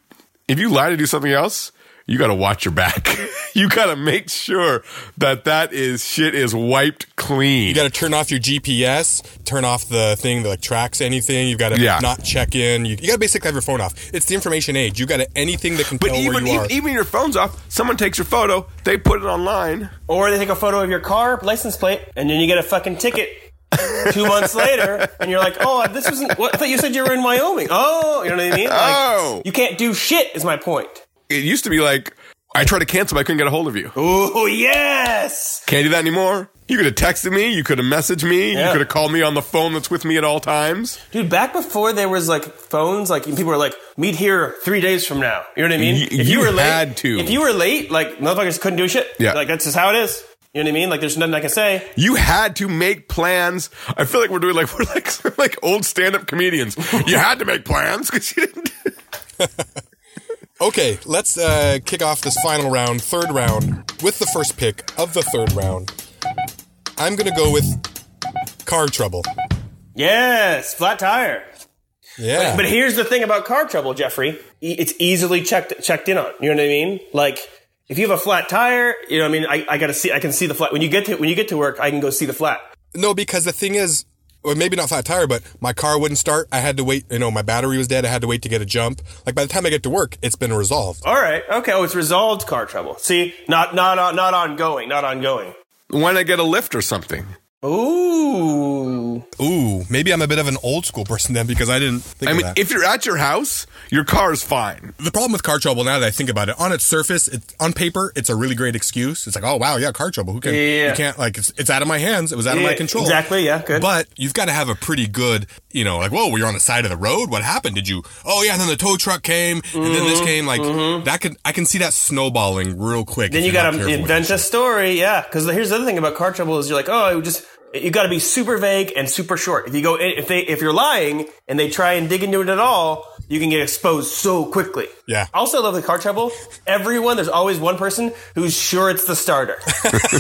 [SPEAKER 1] if you lie to do something else, you got to watch your back. you got to make sure that that is shit is wiped clean.
[SPEAKER 2] You got to turn off your GPS, turn off the thing that like tracks anything. You've got to
[SPEAKER 1] Yeah.
[SPEAKER 2] not check in. You, you got to basically have your phone off. It's the information age. You got to anything that can
[SPEAKER 1] but
[SPEAKER 2] tell
[SPEAKER 1] even, e-
[SPEAKER 2] where you are.
[SPEAKER 1] even even your phone's off. Someone takes your photo, they put it online.
[SPEAKER 3] Or they take a photo of your car license plate, and then you get a fucking ticket. Two months later, and you're like, "Oh, this wasn't. What, I thought you said you were in Wyoming. Oh, you know what I mean? Like,
[SPEAKER 1] Oh.
[SPEAKER 3] you can't do shit. Is my point.
[SPEAKER 1] It used to be like I tried to cancel, but I couldn't get a hold of you.
[SPEAKER 3] Oh yes.
[SPEAKER 1] Can't do that anymore. You could have texted me. You could have messaged me. You
[SPEAKER 3] Yeah.
[SPEAKER 1] could have called me on the phone that's with me at all times.
[SPEAKER 3] Dude, back before there was like phones, like and people were like, "Meet here three days from now." You know what I mean?
[SPEAKER 1] Y- you had to.
[SPEAKER 3] if you were late, like motherfuckers couldn't do shit.
[SPEAKER 1] Yeah.
[SPEAKER 3] like that's just how it is. You know what I mean? Like there's nothing I can say.
[SPEAKER 1] You had to make plans. I feel like we're doing like we're like we're like old stand up comedians. You had to make plans because you didn't. e-
[SPEAKER 2] Okay, let's uh, kick off this final round, third round, with the first pick of the third round. I'm gonna go with car trouble.
[SPEAKER 3] Yes, flat tire.
[SPEAKER 2] Yeah,
[SPEAKER 3] But here's the thing about car trouble, Jeffrey. E- It's easily checked checked in on. You know what I mean? Like if you have a flat tire, you know what I mean. I, I gotta see. I can see the flat when you get to when you get to work. I can go see the flat.
[SPEAKER 2] no, because the thing is, or maybe not flat tire, but my car wouldn't start. I had to wait. You know, my battery was dead. I had to wait to get a jump. Like by the time I get to work, it's been resolved.
[SPEAKER 3] All right. Okay. Oh, it's resolved car trouble. See, not not on not ongoing. Not ongoing.
[SPEAKER 1] Why not get a lift or something?
[SPEAKER 3] Ooh.
[SPEAKER 2] Ooh, maybe I'm a bit of an old school person then because I didn't. Think
[SPEAKER 1] I
[SPEAKER 2] of
[SPEAKER 1] mean,
[SPEAKER 2] that.
[SPEAKER 1] if you're at your house, your car is fine.
[SPEAKER 2] the problem with car trouble now that I think about it, on its surface, it, on paper, it's a really great excuse. It's like, oh wow, yeah, car trouble. Who can?
[SPEAKER 3] Yeah.
[SPEAKER 2] You can't like it's, it's out of my hands. It was out of my
[SPEAKER 3] Yeah,
[SPEAKER 2] control.
[SPEAKER 3] exactly, yeah, good.
[SPEAKER 2] But you've got to have a pretty good, you know, like, whoa, were you on the side of the road? What happened? Did you? Oh yeah, and then the tow truck came, and then this
[SPEAKER 3] Mm-hmm,
[SPEAKER 2] came. Like that could I can see that snowballing real quick.
[SPEAKER 3] Then
[SPEAKER 2] if
[SPEAKER 3] you
[SPEAKER 2] you're not
[SPEAKER 3] gotta
[SPEAKER 2] careful with
[SPEAKER 3] invent a story. Yeah. Because here's the other thing about car trouble is you're like, oh, it would just. You got to be super vague and super short. If you go, if they, if you're lying and they try and dig into it at all, you can get exposed so quickly.
[SPEAKER 2] Yeah.
[SPEAKER 3] I also love the car trouble. Everyone, there's always one person who's sure it's the starter.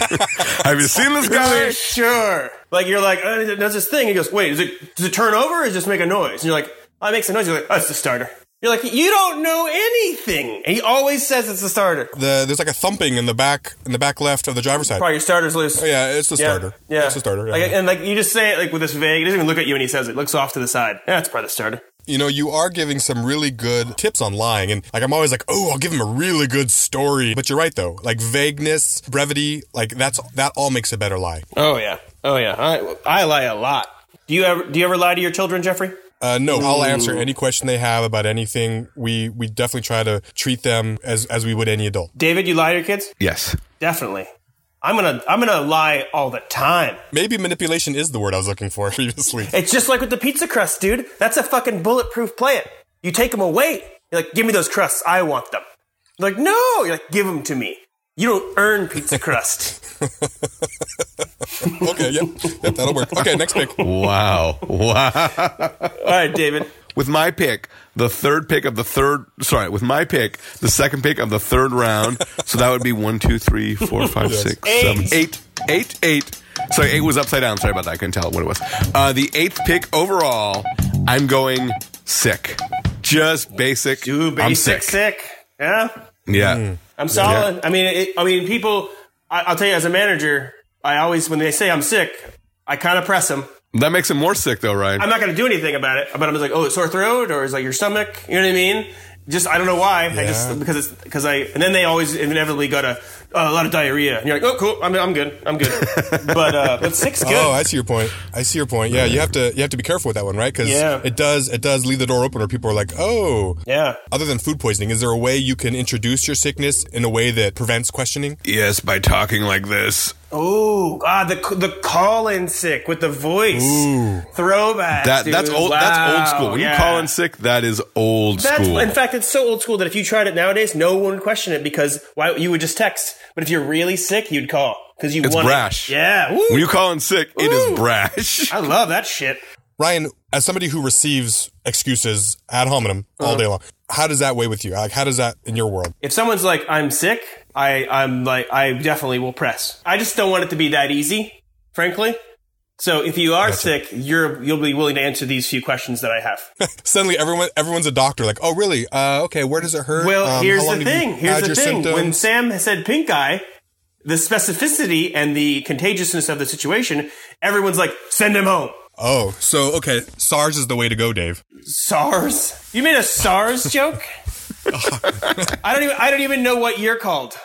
[SPEAKER 1] Have you seen this guy?
[SPEAKER 3] sure. Like you're like, uh, it does this thing. He goes, wait, is it, does it turn over or does it just make a noise? And you're like, oh, it makes a noise. You're like, oh, it's the starter. You're like, you don't know anything. And he always says it's the starter.
[SPEAKER 2] The, there's like a thumping in the back in the back left of the driver's side. Oh,
[SPEAKER 3] Probably your starter's loose.
[SPEAKER 2] Yeah, it's the
[SPEAKER 3] Yeah.
[SPEAKER 2] starter.
[SPEAKER 3] Yeah.
[SPEAKER 2] it's the starter. yeah.
[SPEAKER 3] Like, and like you just say it like with this vague. He doesn't even look at you when he says it. Looks off to the side. Yeah, it's probably the starter.
[SPEAKER 2] you know, you are giving some really good tips on lying. And like, I'm always like, oh, I'll give him a really good story. But you're right, though. Like, vagueness, brevity, like, that's that all makes a better lie.
[SPEAKER 3] Oh yeah. Oh yeah. I, I lie a lot. Do you ever do you ever lie to your children, Jeffrey?
[SPEAKER 2] Uh, no, I'll answer any question they have about anything. We we definitely try to treat them as, as we would any adult.
[SPEAKER 3] David, you lie to your kids?
[SPEAKER 1] Yes.
[SPEAKER 3] Definitely. I'm gonna I'm gonna lie all the time.
[SPEAKER 2] Maybe manipulation is the word I was looking for previously.
[SPEAKER 3] It's just like with the pizza crust, dude. That's a fucking bulletproof plan. You take them away. You're like, give me those crusts. I want them. You're like, no. You're like, give them to me. You don't earn pizza crust.
[SPEAKER 2] okay, yep, yep, that'll work. Okay, next pick.
[SPEAKER 1] Wow. Wow.
[SPEAKER 3] all right, David.
[SPEAKER 1] with my pick, the third pick of the third, sorry, with my pick, the second pick of the third round. so that would be one, two, three, four, five, six, seven, eight, eight, eight. Sorry, eight was upside down. Sorry about that. I couldn't tell what it was. Uh, the eighth pick overall, I'm going sick. Just basic.
[SPEAKER 3] Ooh,
[SPEAKER 1] I'm
[SPEAKER 3] basic
[SPEAKER 1] sick.
[SPEAKER 3] sick. Hmm. Yeah.
[SPEAKER 1] Yeah.
[SPEAKER 3] I'm solid. I mean, it, I mean, people. I, I'll tell you, as a manager, I always when they say I'm sick, I kind of press them.
[SPEAKER 1] That makes it more sick though, Ryan.
[SPEAKER 3] I'm not going to do anything about it, but I'm just like, oh, it's sore throat, or it's like your stomach. You know what I mean? Just I don't know why. I
[SPEAKER 2] Yeah.
[SPEAKER 3] just because it's because I and then they always inevitably got a, a lot of diarrhea, and you're like, oh, cool, I'm, I'm good, I'm good. but uh, but sick's good.
[SPEAKER 2] Oh, I see your point. I see your point. Yeah, you have to you have to be careful with that one, right? Because
[SPEAKER 3] Yeah.
[SPEAKER 2] it does it does leave the door open, where people are like, oh,
[SPEAKER 3] yeah.
[SPEAKER 2] Other than food poisoning, is there a way you can introduce your sickness in a way that prevents questioning?
[SPEAKER 1] yes, by talking like this.
[SPEAKER 3] Oh, ah, the the call in sick with the voice throwback.
[SPEAKER 1] That
[SPEAKER 3] dude.
[SPEAKER 1] that's old
[SPEAKER 3] Wow,
[SPEAKER 1] that's old school. When
[SPEAKER 3] yeah.
[SPEAKER 1] you call in sick, that is old
[SPEAKER 3] That's,
[SPEAKER 1] school.
[SPEAKER 3] in fact, it's so old school that if you tried it nowadays, no one would question it because why you would just text. But if you're really sick, you'd call because you
[SPEAKER 1] It's
[SPEAKER 3] want it.
[SPEAKER 1] brash.
[SPEAKER 3] Yeah, Woo.
[SPEAKER 1] when you call in sick, it
[SPEAKER 3] Ooh.
[SPEAKER 1] is brash.
[SPEAKER 3] I love that shit.
[SPEAKER 2] Ryan, as somebody who receives excuses ad hominem
[SPEAKER 3] Uh-huh.
[SPEAKER 2] all day long, how does that weigh with you? Like, how does that in your world?
[SPEAKER 3] If someone's like, "I'm sick," I I'm like, I definitely will press. I just don't want it to be that easy, frankly. So if you are sick, you're you'll be willing to answer these few questions that I have.
[SPEAKER 2] Suddenly, everyone everyone's a doctor. Like, oh, really? Uh, okay, where does it hurt?
[SPEAKER 3] Well,
[SPEAKER 2] Um,
[SPEAKER 3] here's
[SPEAKER 2] how long
[SPEAKER 3] the
[SPEAKER 2] have you
[SPEAKER 3] thing. here's
[SPEAKER 2] had
[SPEAKER 3] the
[SPEAKER 2] your
[SPEAKER 3] thing.
[SPEAKER 2] symptoms?
[SPEAKER 3] When Sam said pink eye, the specificity and the contagiousness of the situation, everyone's like, send him home.
[SPEAKER 2] oh, so okay, SARS is the way to go, Dave.
[SPEAKER 3] SARS. You made a SARS joke? I don't even I don't even know what you're called.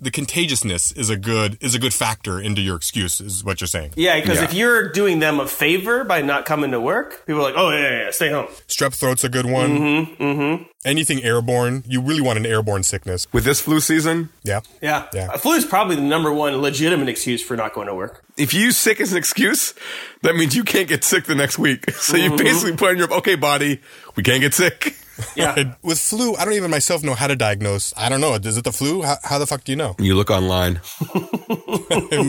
[SPEAKER 2] The contagiousness is a good is a good factor into your excuse, is what you're saying.
[SPEAKER 3] Yeah, because
[SPEAKER 1] Yeah.
[SPEAKER 3] if you're doing them a favor by not coming to work, people are like, "Oh yeah, yeah, yeah stay home."
[SPEAKER 2] Strep throat's a good one. Mm-hmm. Mm-hmm. Anything airborne, you really want an airborne sickness.
[SPEAKER 1] With this flu season,
[SPEAKER 2] Yeah.
[SPEAKER 3] Yeah,
[SPEAKER 2] Yeah.
[SPEAKER 3] Uh, flu is probably the number one legitimate excuse for not going to work.
[SPEAKER 1] if you use sick as an excuse, that means you can't get sick the next week. So you basically put in your okay body, we can't get sick.
[SPEAKER 3] Yeah,
[SPEAKER 2] With flu, I don't even myself know how to diagnose. I don't know. Is it the flu? How, how the fuck do you know?
[SPEAKER 1] You look online.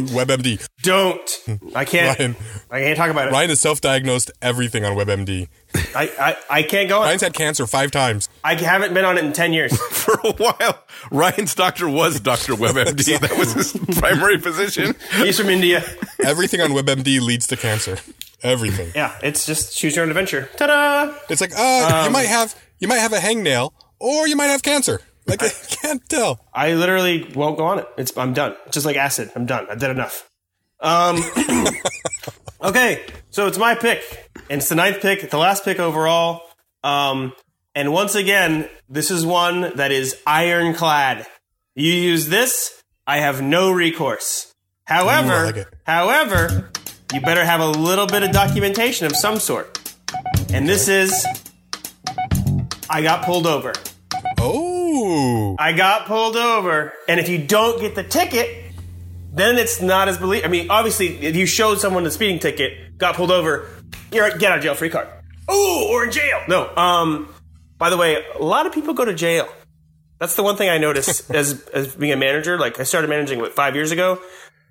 [SPEAKER 2] WebMD.
[SPEAKER 3] don't. I can't.
[SPEAKER 2] Ryan.
[SPEAKER 3] I can't talk about it.
[SPEAKER 2] Ryan has self-diagnosed everything on WebMD.
[SPEAKER 3] I, I I can't go. on
[SPEAKER 2] Ryan's had cancer five times.
[SPEAKER 3] I haven't been on it in ten years.
[SPEAKER 1] For a while, Ryan's doctor was Dr. WebMD. that was his primary physician.
[SPEAKER 3] He's from India.
[SPEAKER 2] Everything on WebMD leads to cancer. Everything.
[SPEAKER 3] Yeah, it's just choose your own adventure. Ta-da!
[SPEAKER 2] It's like, uh, you might have you might have a hangnail, or you might have cancer. Like I can't tell.
[SPEAKER 3] I literally won't go on it. It's I'm done. Just like acid, I'm done. I did enough. Um, okay, so it's my pick. And it's the ninth pick, the last pick overall. Um, and once again, this is one that is ironclad. You use this, I have no recourse. However,
[SPEAKER 2] like it.
[SPEAKER 3] however, you better have a little bit of documentation of some sort. And this is I got pulled over.
[SPEAKER 2] Oh,
[SPEAKER 3] I got pulled over, and if you don't get the ticket, then it's not as believe. I mean, obviously, if you showed someone the speeding ticket, got pulled over, you're a get out of jail free card. Ooh, or in jail. No. Um. By the way, a lot of people go to jail. That's the one thing I noticed as as being a manager. Like I started managing what five years ago.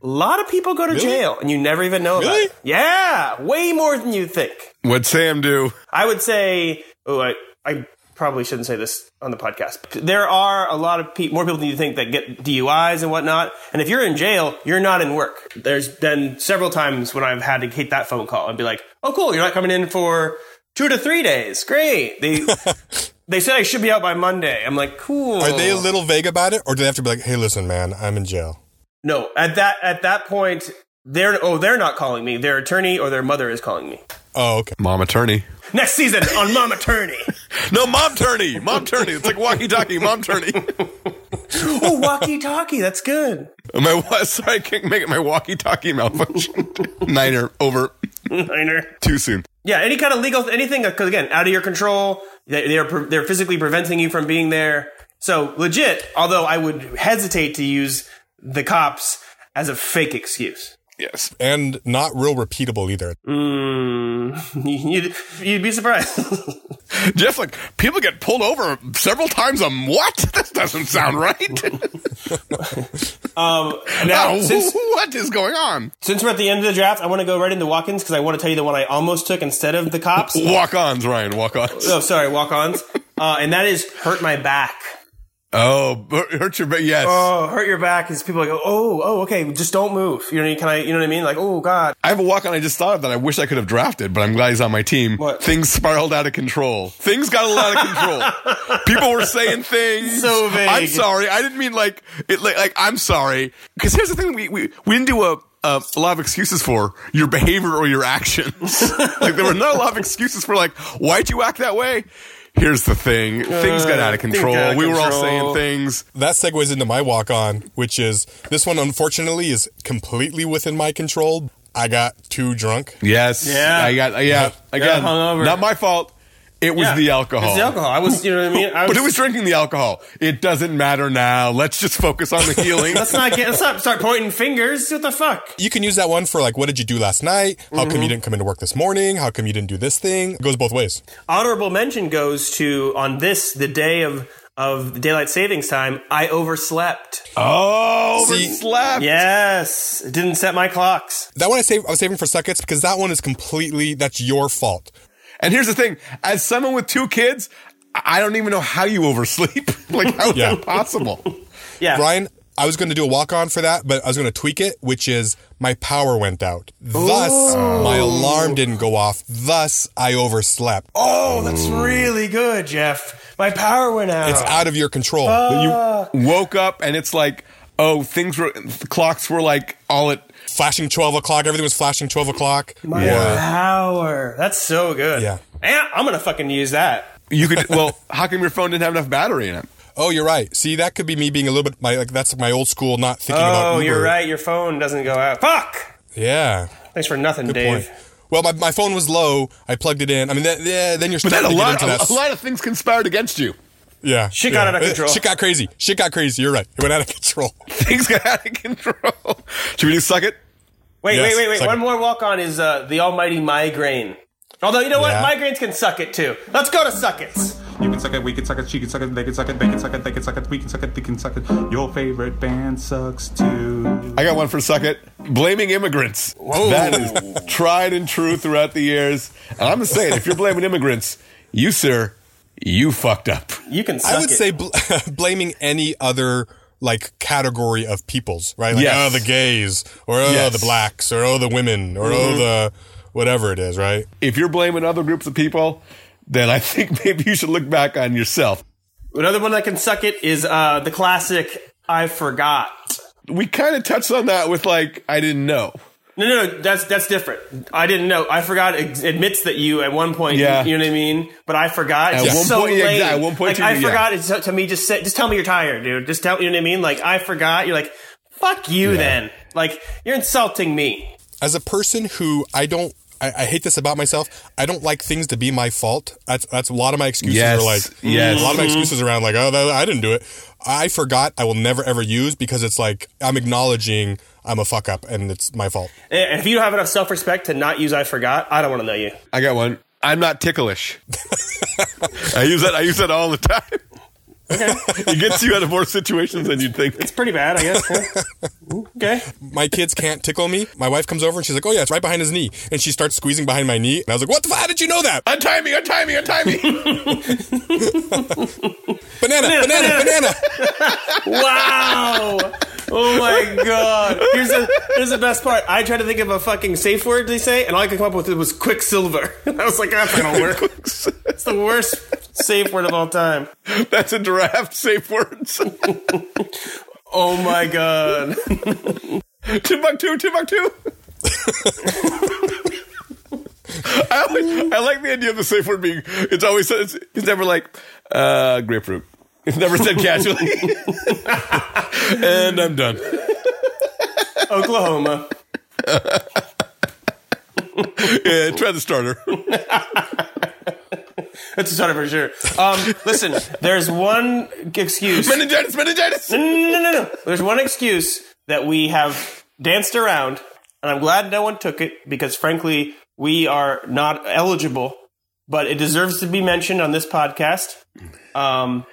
[SPEAKER 3] A lot of people go to jail, and you never even know
[SPEAKER 2] Really?
[SPEAKER 3] about it. Yeah, way more than you think.
[SPEAKER 1] What'd Sam do?
[SPEAKER 3] I would say, oh, I, I probably shouldn't say this on the podcast. but There are a lot of pe- more people than you think that get DUIs and whatnot. And if you're in jail, you're not in work. There's been several times when I've had to hit that phone call and be like, oh, cool, you're not coming in for two to three days. Great. They they said I should be out by Monday. I'm like, cool.
[SPEAKER 2] are they a little vague about it, or do they have to be like, "Hey, listen, man, I'm in jail."
[SPEAKER 3] no, at that at that point, they're oh, they're not calling me. Their attorney or their mother is calling me.
[SPEAKER 2] Oh, okay.
[SPEAKER 1] Mom attorney.
[SPEAKER 3] Next season on Mom Attorney.
[SPEAKER 1] No, mom attorney. Mom attorney. It's like walkie talkie, mom attorney.
[SPEAKER 3] Oh, walkie talkie. That's good.
[SPEAKER 1] My wa- sorry, I can't make it my walkie talkie malfunction. Niner over
[SPEAKER 3] Niner.
[SPEAKER 1] too soon.
[SPEAKER 3] Yeah, any kind of legal anything because again, out of your control, they, they're pre- they're physically preventing you from being there. So legit, although I would hesitate to use the cops as a fake excuse.
[SPEAKER 1] Yes.
[SPEAKER 2] And not real repeatable either.
[SPEAKER 3] you'd, Hmm, you'd be surprised.
[SPEAKER 1] Jeff, like people get pulled over several times. Um, what? This doesn't sound right.
[SPEAKER 3] Um, now,
[SPEAKER 1] Oh,
[SPEAKER 3] since
[SPEAKER 1] what is going on?
[SPEAKER 3] since we're at the end of the draft, I want to go right into walk-ins because I want to tell you the one I almost took instead of the cops.
[SPEAKER 1] Walk ons, Ryan. Walk ons.
[SPEAKER 3] oh, sorry, walk-ons, uh, and that is hurt my back.
[SPEAKER 1] Oh, bur- hurt your back. Yes.
[SPEAKER 3] Oh, hurt your back is people like, oh, oh, okay, just don't move. You know, can I? You know what I mean? Like, oh God,
[SPEAKER 1] I have a walk on I just thought of that I wish I could have drafted, but I'm glad he's on my team.
[SPEAKER 3] What?
[SPEAKER 1] Things spiraled out of control. Things got a lot of control. People were saying things.
[SPEAKER 3] So vague.
[SPEAKER 1] I'm sorry. I didn't mean like it. Like, like I'm sorry. Because here's the thing: we we, we didn't do a, a a lot of excuses for your behavior or your actions. like there were not a lot of excuses for like why'd you act that way. Here's the thing: things got out of
[SPEAKER 3] Uh, got
[SPEAKER 1] control.
[SPEAKER 3] out of
[SPEAKER 1] we were all saying
[SPEAKER 3] control.
[SPEAKER 1] things.
[SPEAKER 2] That segues into my walk on, which is this one, unfortunately, is completely within my control. I got too drunk.
[SPEAKER 1] Yes.
[SPEAKER 3] Yeah.
[SPEAKER 1] I got. Yeah. Again,
[SPEAKER 3] hungover.
[SPEAKER 1] not my fault. It was
[SPEAKER 3] Yeah.
[SPEAKER 1] the alcohol.
[SPEAKER 3] It's the alcohol. I was, you know what I mean? I
[SPEAKER 1] But it was drinking the alcohol. It doesn't matter now. Let's just focus on the healing.
[SPEAKER 3] Let's not get. Let's not start pointing fingers. What the fuck?
[SPEAKER 2] You can use that one for like, what did you do last night? How come you didn't come into work this morning? How come you didn't do this thing? It goes both ways.
[SPEAKER 3] Honorable mention goes to on this the day of of daylight savings time. I overslept.
[SPEAKER 1] oh,
[SPEAKER 2] See-
[SPEAKER 1] overslept.
[SPEAKER 3] Yes, it didn't set my clocks.
[SPEAKER 2] That one I save. I was saving for suckets because that one is completely that's your fault.
[SPEAKER 1] And here's the thing: as someone with two kids, I I don't even know how you oversleep. like, how is
[SPEAKER 2] Yeah.
[SPEAKER 1] that possible?
[SPEAKER 3] Yeah,
[SPEAKER 2] Brian, I was going to do a walk on for that, but I was going to tweak it, which is my power went out. Thus, my alarm didn't go off. Thus, I overslept.
[SPEAKER 3] Oh, that's really good, Jeff. My power went out.
[SPEAKER 2] It's out of your control.
[SPEAKER 1] Woke up and it's like, oh, things were clocks were like all at
[SPEAKER 2] flashing 12 o'clock. Everything was flashing 12 o'clock.
[SPEAKER 3] my
[SPEAKER 1] Yeah.
[SPEAKER 3] power. That's so good.
[SPEAKER 2] Yeah.
[SPEAKER 3] And I'm gonna fucking use that.
[SPEAKER 1] you could. Well, how come your phone didn't have enough battery in it?
[SPEAKER 2] Oh, you're right. See, that could be me being a little bit my like that's my old school not thinking about
[SPEAKER 3] Oh,
[SPEAKER 2] Uber.
[SPEAKER 3] you're right. Your phone doesn't go out. Fuck.
[SPEAKER 2] Yeah.
[SPEAKER 3] Thanks for nothing, Dave.
[SPEAKER 2] Point. Well, my, my phone was low. I plugged it in. I mean, that, yeah, then you're
[SPEAKER 1] But then
[SPEAKER 2] starting
[SPEAKER 1] a
[SPEAKER 2] to get
[SPEAKER 1] lot,
[SPEAKER 2] into that.
[SPEAKER 1] a, a lot of things conspired against you.
[SPEAKER 2] yeah,
[SPEAKER 3] Shit got
[SPEAKER 2] yeah.
[SPEAKER 3] out of
[SPEAKER 2] Uh,
[SPEAKER 3] control.
[SPEAKER 2] Shit got crazy. Shit got crazy. You're right. It went out of control.
[SPEAKER 1] Things got out of control. Should we do suck it?
[SPEAKER 3] Wait,
[SPEAKER 2] Yes,
[SPEAKER 3] wait, wait, wait.
[SPEAKER 2] second.
[SPEAKER 3] One more walk on is uh, the almighty migraine. Although, you know what?
[SPEAKER 2] Yeah.
[SPEAKER 3] Migraines can suck it too. Let's go to suckets.
[SPEAKER 4] You can suck it, we can suck it, she can suck it, they can suck it, they can suck it, they can suck it, we can suck it, they can suck it. Your favorite band sucks too.
[SPEAKER 1] I got one for suck it. Blaming immigrants. That is tried and true throughout the years. And I'm just saying, if you're blaming immigrants, you sir, you fucked up.
[SPEAKER 3] You can suck
[SPEAKER 2] I would
[SPEAKER 3] it.
[SPEAKER 2] say bl- blaming any other like category of peoples, right? Like
[SPEAKER 1] Yes.
[SPEAKER 2] oh the gays, or oh
[SPEAKER 1] Yes. Mm-hmm.
[SPEAKER 2] the blacks, or oh the women, or oh the whatever it is, right?
[SPEAKER 1] If you're blaming other groups of people, then I think maybe you should look back on yourself.
[SPEAKER 3] Another one that can suck it is uh, the classic I forgot.
[SPEAKER 1] We kind of touched on that with like I didn't know.
[SPEAKER 3] No, no, no. That's that's different. I didn't know. I forgot ex- admits that you at one point.
[SPEAKER 1] Yeah.
[SPEAKER 3] You, know what I mean. But I forgot. It's
[SPEAKER 1] At
[SPEAKER 3] just
[SPEAKER 1] one
[SPEAKER 3] so
[SPEAKER 1] point- yeah,
[SPEAKER 3] lame.
[SPEAKER 1] yeah, at one point
[SPEAKER 3] Like
[SPEAKER 1] you-
[SPEAKER 3] I
[SPEAKER 1] yeah.
[SPEAKER 3] forgot. It's up to me. Just say, just tell me you're tired, dude. Just tell you know what I mean. Like I forgot. You're like fuck you. Then like you're insulting me.
[SPEAKER 2] As a person who I don't. I, I hate this about myself. I don't like things to be my fault. That's that's a lot of my excuses
[SPEAKER 1] Yes.
[SPEAKER 2] are like
[SPEAKER 1] Yes. Mm-hmm.
[SPEAKER 2] a lot of my excuses around like oh that, I didn't do it. I forgot. I will never ever use because it's like I'm acknowledging I'm a fuck up and it's my fault.
[SPEAKER 3] And Eh, if you don't have enough self respect to not use I forgot, I don't want to know you.
[SPEAKER 1] I got one. I'm not ticklish. I use that. I use that all the time. it gets you out of more situations than you'd think.
[SPEAKER 3] It's pretty bad, I guess. yeah. okay.
[SPEAKER 2] my kids can't tickle me. My wife comes over and she's like, "Oh yeah, it's right behind his knee," and she starts squeezing behind my knee. And I was like, "What the? f- How did you know that?
[SPEAKER 1] Untie me! Untie me! Untie me!
[SPEAKER 2] Banana, banana, banana."
[SPEAKER 3] Wow. Oh my god. Here's the here's the best part. I tried to think of a fucking safe word to say, and all I could come up with was quicksilver. I was like, that's not gonna work. It's the worst safe word of all time.
[SPEAKER 1] That's a draft. Safe words.
[SPEAKER 3] Oh my god.
[SPEAKER 1] Timbuktu, Timbuktu. I, always, I like the idea of the safe word being. It's always it's, it's never like uh, grapefruit. It's never said casually. and I'm done.
[SPEAKER 3] Oklahoma.
[SPEAKER 1] Yeah, try the starter.
[SPEAKER 3] That's a starter for sure. Um, listen, there's one excuse. No,
[SPEAKER 1] Meningitis, meningitis.
[SPEAKER 3] no, no, no. There's one excuse that we have danced around, and I'm glad no one took it because, frankly, we are not eligible. But it deserves to be mentioned on this podcast. um,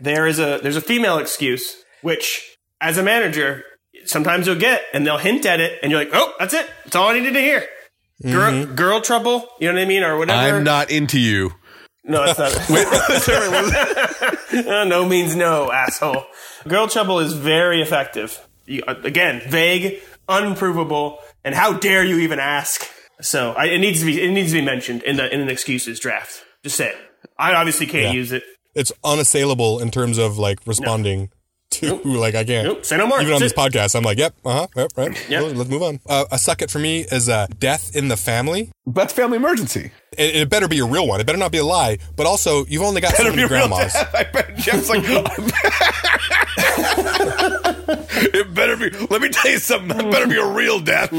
[SPEAKER 3] there is a there's a female excuse which as a manager sometimes you'll get and they'll hint at it and you're like oh that's it that's all i needed to hear girl, girl trouble you know what i mean or whatever
[SPEAKER 1] Mm-hmm. I'm not into you.
[SPEAKER 3] no it's not Uh, no means no asshole girl trouble is very effective you, uh, again vague unprovable and how dare you even ask so I, it needs to be it needs to be mentioned in the in an excuses draft just say it i obviously can't use it
[SPEAKER 2] It's unassailable in terms of like responding to like I can't.
[SPEAKER 3] Nope, say no more.
[SPEAKER 2] Even on
[SPEAKER 3] That's
[SPEAKER 2] this
[SPEAKER 3] it.
[SPEAKER 2] podcast, I'm like, "Yep, uh huh, yep, right."
[SPEAKER 3] Yep.
[SPEAKER 2] Well, Let's move on. Uh, a suck it for me is uh, death in the family.
[SPEAKER 1] That's family emergency.
[SPEAKER 2] It, it better be a real one. It better not be a lie. But also, you've only got so many grandmas.
[SPEAKER 1] I bet Jeff's like. it better be. Let me tell you something. That better be a real death.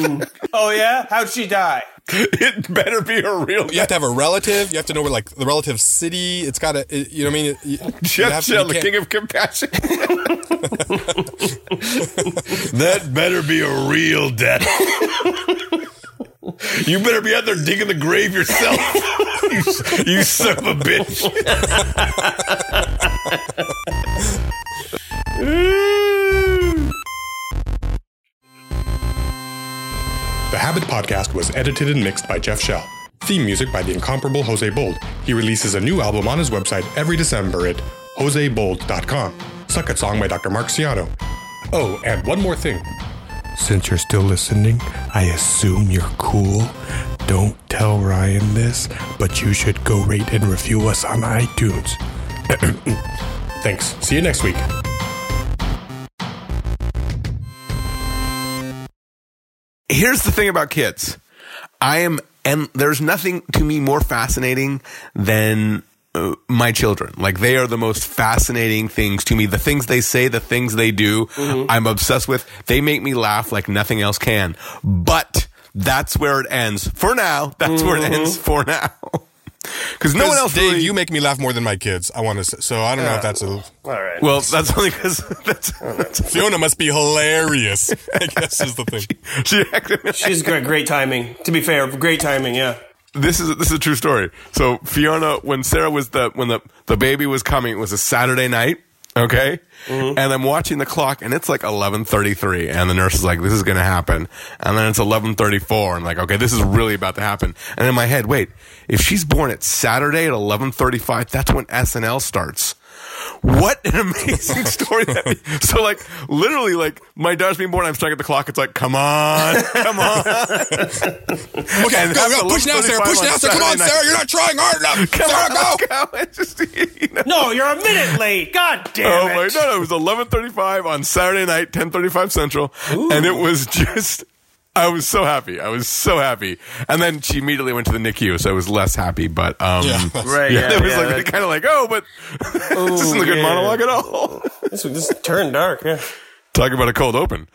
[SPEAKER 3] oh yeah how'd she die
[SPEAKER 1] it better be a real.
[SPEAKER 2] You have to have a relative. You have to know where, like, the relative city. It's got to, you know what I mean? It- you- you
[SPEAKER 1] Jeff
[SPEAKER 2] have to- you
[SPEAKER 1] Shell, the
[SPEAKER 2] can't-
[SPEAKER 1] king of compassion. that better be a real death. you better be out there digging the grave yourself. you, you son of a bitch.
[SPEAKER 2] The Habit Podcast was edited and mixed by Jeff Shell. Theme music by the incomparable Jose Bold. He releases a new album on his website every December at josebold.com. Suck It Song by Dr. Mark Ciano. Oh, and one more thing. Since you're still listening, I assume you're cool. Don't tell Ryan this, but you should go rate and review us on iTunes. Thanks. See you next week.
[SPEAKER 1] Here's the thing about kids. I am, and there's nothing to me more fascinating than uh, my children. Like they are the most fascinating things to me. The things they say, the things they do, I'm obsessed with. They make me laugh like nothing else can. But that's where it ends for now. That's where it ends for now. Because no one else
[SPEAKER 2] Dave,
[SPEAKER 1] really.
[SPEAKER 2] you make me laugh more than my kids. I want to say. So I don't know if that's a.
[SPEAKER 3] All right.
[SPEAKER 1] well, that's only because that's, that's
[SPEAKER 2] Fiona must be hilarious. I guess is the thing.
[SPEAKER 1] she acted.
[SPEAKER 3] She's great, great timing. To be fair, great timing. Yeah.
[SPEAKER 1] this is this is a true story. So Fiona, when Sarah was the when the the baby was coming, it was a Saturday night. Okay, and I'm watching the clock, and it's like 11:33, and the nurse is like, "This is going to happen," and then it's 11:34, and like, "Okay, this is really about to happen." And in my head, wait, if she's born at Saturday at 11:35, that's when SNL starts. What an amazing story! That is. So, like, literally, like my daughter's being born, I'm stuck at the clock. It's like, come on, come on.
[SPEAKER 2] Okay,
[SPEAKER 1] And
[SPEAKER 2] go,
[SPEAKER 1] have
[SPEAKER 2] go,
[SPEAKER 1] the
[SPEAKER 2] push now, Sarah.
[SPEAKER 1] 11:35
[SPEAKER 2] Push now,
[SPEAKER 1] on
[SPEAKER 2] Sarah. Come on,
[SPEAKER 1] Saturday night.
[SPEAKER 2] Sarah. You're not trying hard enough.
[SPEAKER 1] Come
[SPEAKER 2] Sarah,
[SPEAKER 1] on,
[SPEAKER 2] go.
[SPEAKER 1] let's go. It's just, you know.
[SPEAKER 3] No, you're a minute late. God
[SPEAKER 1] Oh
[SPEAKER 3] damn
[SPEAKER 1] my!
[SPEAKER 3] it.
[SPEAKER 1] No, no, it was eleven thirty-five on Saturday night, ten thirty-five Central, and it was just. I was so happy. I was so happy, and then she immediately went to the NICU, so I was less happy. But um,
[SPEAKER 2] Yeah.
[SPEAKER 3] Right. Yeah.
[SPEAKER 1] it was
[SPEAKER 3] yeah,
[SPEAKER 1] like
[SPEAKER 3] that-
[SPEAKER 1] kind of like, oh, but this isn't a good
[SPEAKER 3] yeah.
[SPEAKER 1] monologue at all.
[SPEAKER 3] this just turned dark. Yeah.
[SPEAKER 1] Talk about a cold open.